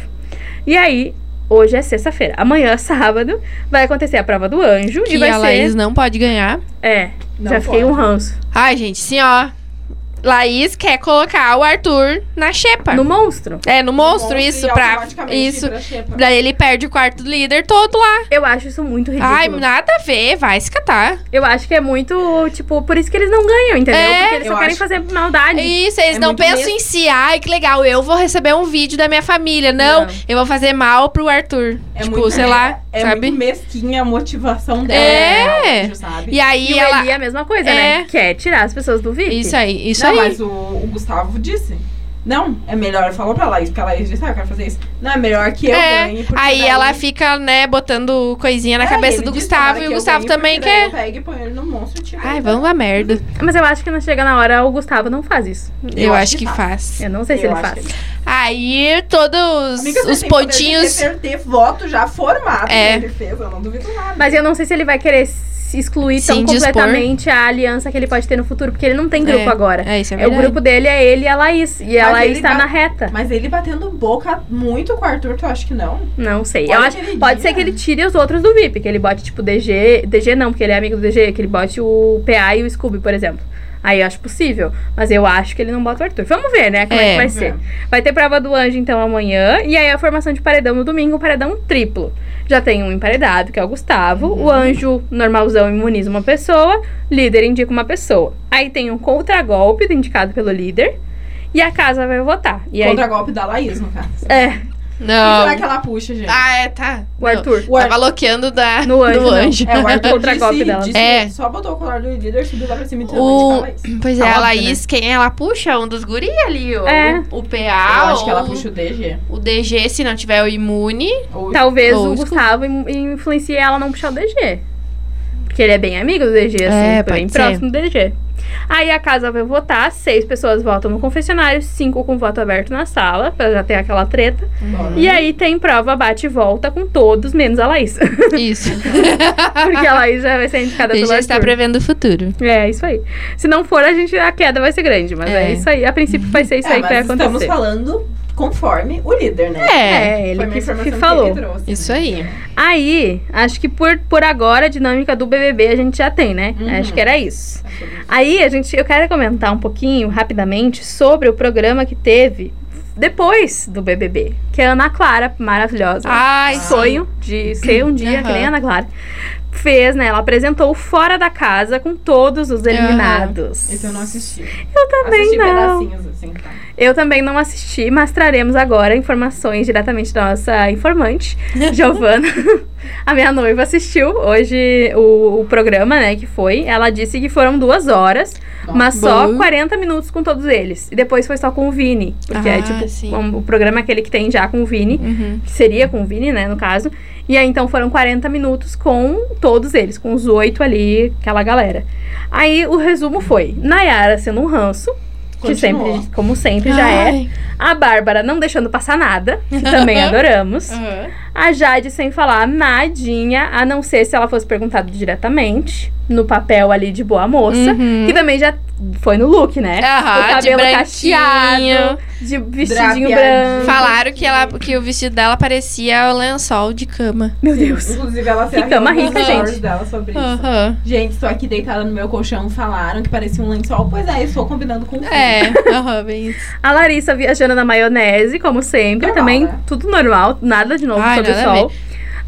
A: E aí, hoje é sexta-feira, amanhã, [LAUGHS] sábado, vai acontecer a prova do anjo e
B: Que
A: vai
B: a Laís não pode ganhar.
A: ser... É,
D: Não
A: já fiquei um
D: pode.
A: ranço.
B: Ai, gente, sim, ó. Laís quer colocar o Arthur na xepa.
A: No monstro?
B: É, no monstro,
D: Monstro
B: isso,
D: e
B: pra.
D: automaticamente
B: Isso.
D: vira xepa.
B: Daí ele perde o quarto do líder todo lá.
A: É. Eu acho isso muito ridículo.
B: Ai, nada a ver, vai se catar.
A: Eu acho que é muito, tipo, por isso que eles não ganham, entendeu?
B: É.
A: Porque eles só
D: Eu
A: querem
D: acho.
A: fazer maldade.
B: Isso, eles
D: É
B: não
D: muito
B: pensam
D: mesmo.
B: em si. Ai, que legal, eu vou receber um vídeo da minha família. Não,
A: Não.
B: eu vou fazer mal pro Arthur.
D: É
B: tipo,
D: muito-
B: sei lá,
D: É
B: sabe?
D: muito mesquinha a motivação dela.
B: É.
D: né, sabe?
B: E aí
A: E, o
B: ela.
A: Eli é a mesma coisa,
B: É.
A: né? Quer tirar as pessoas do VIP.
B: Isso é. aí, isso
D: não,
B: aí.
D: mas o, o Gustavo disse. Não, é melhor, falou pra Laís, porque a Laís disse, ah, eu quero fazer isso. Não, é melhor que eu
B: É,
D: ganhe. porque
B: Aí
D: daí-
B: ela fica, né, botando coisinha na
D: É,
B: cabeça
D: ele
B: do
D: disse,
B: Gustavo
D: "Tomara
B: e
D: que
B: o
D: é eu
B: Gustavo
D: ganhe,
B: também
D: porque daí
B: quer.
D: Eu pego e põe ele no monstro e tiro.
B: Ai,
D: ele.
B: vamos a merda.
A: Mas eu acho que não chega na hora, o Gustavo não faz isso.
B: Eu, acho que faz.
A: Eu não sei se
D: Eu
A: ele
D: acho
A: faz.
D: que-
B: Aí todos
D: Amiga, você
B: os
D: tem poder de
B: pontinhos.
D: Ter, ter voto já formado.
B: É.
D: né, Ele fez, eu não duvido nada.
A: Mas eu não sei se ele vai querer se excluir
B: Se
A: tão
B: indispor.
A: completamente a aliança que ele pode ter no futuro, porque ele não tem grupo
B: É.
A: agora.
B: É, isso é
A: É, o
B: verdade.
A: grupo dele é ele e a Laís. E a
D: Mas
A: Laís
D: ele
A: tá
D: ba-
A: na reta.
D: Mas ele batendo boca muito com o Arthur, tu acha que não?
A: Não sei.
D: Olha
A: eu acho
D: aquele
A: pode
D: dia.
A: ser que ele tire os outros do VIP, que ele bote tipo DG, DG não, porque ele é amigo do DG, que ele bote o PA e o Scooby, por exemplo. Aí eu acho possível, mas eu acho que ele não bota o Arthur. Vamos ver, né, como é,
B: É.
A: que vai ser. Vai ter prova do Anjo então amanhã e aí a formação de paredão no domingo, o paredão triplo. Já tem um emparedado, que é o Gustavo, o Anjo normalzão imuniza uma pessoa, líder indica uma pessoa. Aí tem um contragolpe indicado pelo líder e a casa vai votar. E aí
D: Contra golpe da Laís, no caso.
A: É.
D: O que será
B: Não.
D: que ela puxa, gente?
B: Ah, é, tá.
A: o
B: Não.
A: Arthur.
D: O Arthur-
B: Tava loqueando da,
A: No anjo,
B: do
A: não.
B: anjo.
D: É, o [LAUGHS] Arthur
A: Contra
D: disse-
A: golpe dela.
D: disse-
B: É.
D: Só botou o colar do líder, subiu lá pra cima e tirou
B: O-
D: a Laís.
B: Pois é,
A: Tá
B: a
A: óbvio,
B: Laís, quem ela puxa? Um dos guri ali, o,
A: É.
B: Ah, o PA,
D: Eu acho que ela
B: ou
D: puxa o DG.
B: o DG, se não tiver o imune.
D: Ou
A: Talvez
B: Ou
A: o
B: escu-
A: Gustavo in- influencie ela a não puxar o DG. Porque Porque ele é bem amigo do DG, assim,
B: É,
A: bem
B: pode ser.
A: próximo do DG. Aí a casa vai votar, seis pessoas votam no confessionário, cinco com voto aberto na sala, pra já ter aquela treta.
D: Bora.
B: Uhum.
A: E é aí tem prova, bate e volta com todos, menos a Laís. [LAUGHS]
B: Isso.
A: Porque a Laís já vai ser indicada
B: Ele
A: tá pelo
B: já tá está
A: Arthur.
B: prevendo o futuro.
A: É, isso aí. Se não for, a gente a queda vai ser grande, mas é,
B: É.
A: isso aí. A princípio vai ser isso
D: É,
A: aí que vai
D: mas estamos
A: acontecer.
D: falando conforme o líder, né?
B: É,
A: É, ele
D: Foi uma
A: que,
D: informação
A: que falou.
D: ele trouxe. né?
B: isso aí.
A: Aí, acho que por, por agora a dinâmica do BBB a gente já tem, né?
D: Uhum.
A: Acho que era isso. Aí, a gente, eu quero comentar um pouquinho, rapidamente, sobre o programa que teve depois do BBB. Que é a Ana Clara, maravilhosa.
B: Ai,
A: Ah. sonho de ser um dia que nem a
B: Aham.
A: Ana Clara. Fez, né? Ela apresentou o Fora da Casa com todos os eliminados.
D: Esse é eu não assisti.
A: Eu também
D: assisti
A: não.
D: pedacinhos, assim, tá?
A: Eu também não assisti, mas traremos agora informações diretamente da nossa informante,
B: [LAUGHS]
A: Giovana. a minha noiva assistiu hoje o, o programa, né, que foi. Ela disse que foram duas horas, mas só
B: Bom.
A: 40 minutos com todos eles. E depois foi só com o Vini, porque é
B: Ah,
A: tipo
B: sim.
A: um- o programa aquele que tem já com o Vini.
B: Uhum.
A: Que seria com o Vini, né, no caso. E aí, então, foram 40 minutos com todos eles, com os oito ali, aquela galera. Aí, o resumo foi, Nayara sendo um ranço, que
D: Continuou.
A: sempre, como sempre, já é.
B: Ai.
A: A Bárbara não deixando passar nada, que
B: [LAUGHS]
A: também adoramos.
B: Aham.
A: A Jade sem falar nadinha, a não ser se ela fosse perguntada diretamente, no papel ali de boa moça.
B: Uhum. É.
A: Que também já foi no look, né?
B: Aham,
A: o cabelo
B: de
A: cacheado,
B: branquinho.
A: de vestidinho
D: Drapeadinho.
A: branco.
B: Falaram que, ela, que o vestido dela parecia o lençol de cama.
A: Meu Deus.
D: Inclusive, ela se
A: Que cama rica,
D: arrependeu nos stories
A: gente.
D: dela sobre isso.
B: Aham.
D: Gente, estou aqui deitada no meu colchão, falaram que parecia um lençol. Pois é, estou combinando com o
B: É, aham, bem isso.
A: A Larissa viajando na maionese, como sempre.
D: Normal,
A: também
D: né?
A: tudo normal, nada de novo
B: Ai,
A: sobre o
B: nada a
A: sol.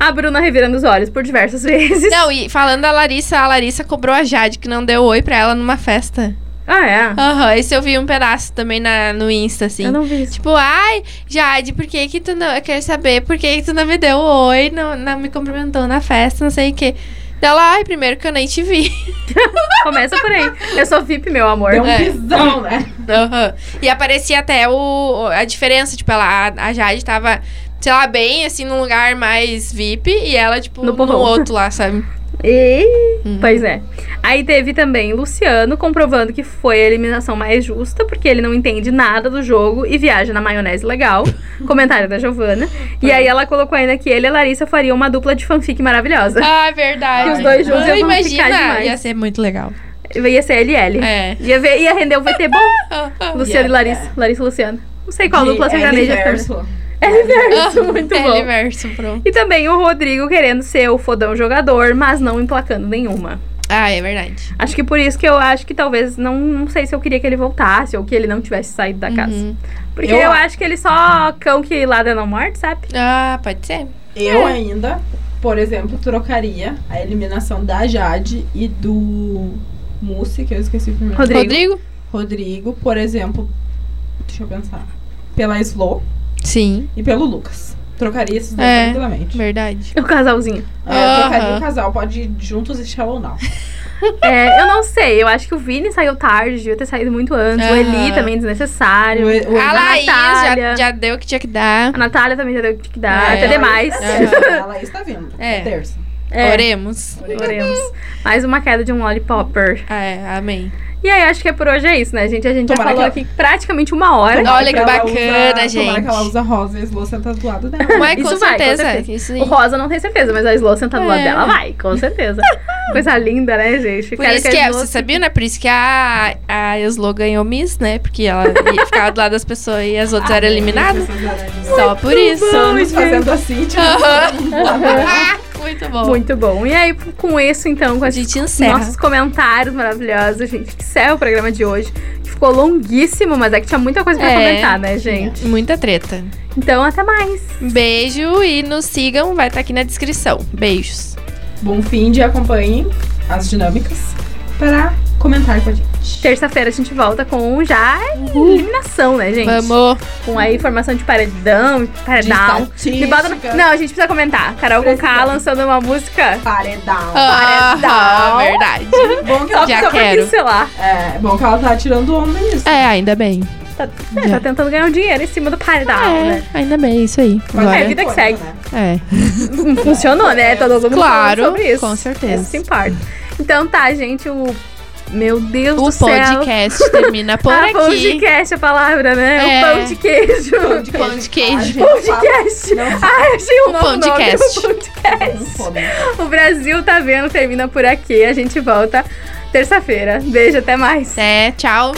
A: A Bruna revirando os olhos por diversas [LAUGHS] vezes.
B: Não, e falando da Larissa, a Larissa cobrou a Jade que não deu oi pra ela numa festa.
A: Ah, é?
B: Aham, esse eu vi um pedaço também na, no Insta, assim.
A: Eu não vi isso.
B: Tipo, ai, Jade, por que que tu não... Eu quero saber por que que tu não me deu oi, não, não me cumprimentou na festa, não sei o quê. Ela, ai, primeiro que eu nem te vi.
A: Começa por aí. Eu sou VIP, meu amor.
D: Deu um
B: É.
D: pisão, né?
B: Aham. E aparecia até o, a diferença, tipo, ela, a, a Jade tava, sei lá, bem, assim, num lugar mais VIP e ela, tipo,
A: No
B: no,
A: povão.
B: outro lá,
A: [LAUGHS]
B: sabe?
A: E...
B: Uhum.
A: Pois é. Aí teve também Luciano comprovando que foi a eliminação mais justa, porque ele não entende nada do jogo e viaja na maionese
B: [LAUGHS]
A: legal. Comentário da Giovana. E aí ela colocou ainda que ele e a Larissa fariam uma dupla de fanfic maravilhosa.
B: Ah, verdade.
A: Os dois juntos
B: eu ah,
A: iam ficar demais.
B: Ia ser muito legal.
A: Ia ser LL. [LAUGHS]
B: É.
A: Ia, ver, ia render o VT bom.
B: Oh,
A: Luciano e
D: Yeah,
A: Larissa. Larissa e Luciano. Não sei qual
D: De é,
A: dupla sertaneja é? fica.
D: L-verso.
A: L-verso, muito
B: é
A: bom.
B: Universo, pronto.
A: E também o Rodrigo querendo ser o fodão jogador, mas não emplacando nenhuma.
B: Ah, é verdade.
A: Acho que por isso que eu acho que talvez não, não sei se eu queria que ele voltasse ou que ele não tivesse saído da casa.
B: Uhum.
A: Porque eu,
D: Eu
A: acho que ele só cão que ladra não morde, sabe?
B: Ah, pode ser.
D: Eu
B: É.
D: ainda, por exemplo, trocaria a eliminação da Jade e do Mussi, que eu esqueci o primeiro. nome.
A: Rodrigo.
B: Rodrigo?
D: Rodrigo, por exemplo, deixa eu pensar. Pela Slow
B: Sim,
D: e pelo Lucas. Trocaria esses dois
B: É.
D: tranquilamente.
B: verdade.
A: O casalzinho.
D: É, trocaria
B: Aham.
D: o casal, pode ir juntos e Shallow Now.
A: É, eu não sei, eu acho que o Vini saiu tarde, devia ter saído muito antes. O Eli
B: Aham.
A: também desnecessário.
D: O E- o-
B: A
A: Ana
B: Laís
A: Natália.
B: já, já deu o que tinha que dar.
A: A Natália também já deu o que dá,
B: É.
A: até tá demais.
B: É.
D: tá A Laís tá vindo.
B: É.
D: É. Terça.
A: É,
B: Oremos.
A: oremos. Mais uma queda de um lollipopper.
B: É,
A: [LAUGHS]
B: amém.
A: E aí, acho que é por hoje é isso, né, gente? A gente já
D: Tomara
A: falou
D: que
A: aqui praticamente uma hora.
B: Olha que
D: Pra ela
B: bacana,
D: usar- Tomara
B: gente.
D: que ela usa rosa e a Slow senta do lado dela.
B: Mas
A: Isso vai, com
B: com, certeza,
A: certeza.
B: Isso
A: O Rosa não tem certeza, mas a Slow sentada do lado
B: É.
A: dela vai, com
B: [LAUGHS]
A: certeza. Coisa linda, né, gente?
B: Por
A: Quero
B: isso
A: a
B: que, é,
A: Slow
B: você sabia, né? Por isso que a, a Eslo ganhou Miss, né? Porque ela ia- ficava do lado das pessoas e as outras eram eliminadas. Só por isso.
A: bom.
D: Só nos fazendo
B: [LAUGHS]
D: assim, tipo.
B: Muito é bom.
A: Muito bom. E aí, com isso, então, com
B: A
A: esses
B: gente encerra.
A: nossos comentários maravilhosos, gente, que encerra o programa de hoje. Que ficou longuíssimo, mas é que tinha muita coisa pra
B: É,
A: comentar, né, gente?
B: Muita treta. Um
A: Então, até mais.
B: Beijo e nos sigam, vai estar aqui na descrição. Beijos.
D: Bom fim de acompanhem as dinâmicas para comentar com a gente.
A: Terça-feira a gente volta com já eliminação, né, gente?
B: Vamos.
A: Com aí formação de paredão, paredão. É Me bota no...
D: Estatística.
A: Não, a gente precisa comentar. Carol Conká
D: Precisamos.
A: lançando uma música.
D: Paredão.
B: Ah,
A: Paredão. [LAUGHS]
B: verdade.
D: é Bom que
A: Só,
D: ela,
B: Já
A: só pra
B: quero.
A: pincelar.
D: é, bom que ela tá tirando onda nisso.
B: É, ainda bem.
A: Tá, é, tá
B: Já.
A: tentando ganhar um dinheiro em cima do paredão, né?
B: É, ainda bem, isso aí.
D: Mas
A: É,
B: Agora,
A: vida tá que
D: coisa,
A: segue.
D: né?
B: é.
A: Funcionou, né? Todo mundo falando
B: Claro,
A: sobre isso.
B: com certeza.
A: Isso se importa. Então tá, gente, o. Meu Deus
B: O
A: do céu.
B: podcast termina por
A: ah, pão de
B: aqui.
A: queijo a palavra, né?
B: É.
A: O pão de queijo.
D: Pão de
B: Pão de queijo.
D: Ah, gente, fala-
A: Podcast.
D: Não
A: Ah, achei um
B: O
A: novo
B: pão de
A: nome,
B: cast.
A: o pão de
D: não
A: cast.
D: fome.
A: O Brasil tá vendo, termina por aqui. A gente volta terça-feira. Beijo, até mais.
B: Até, tchau.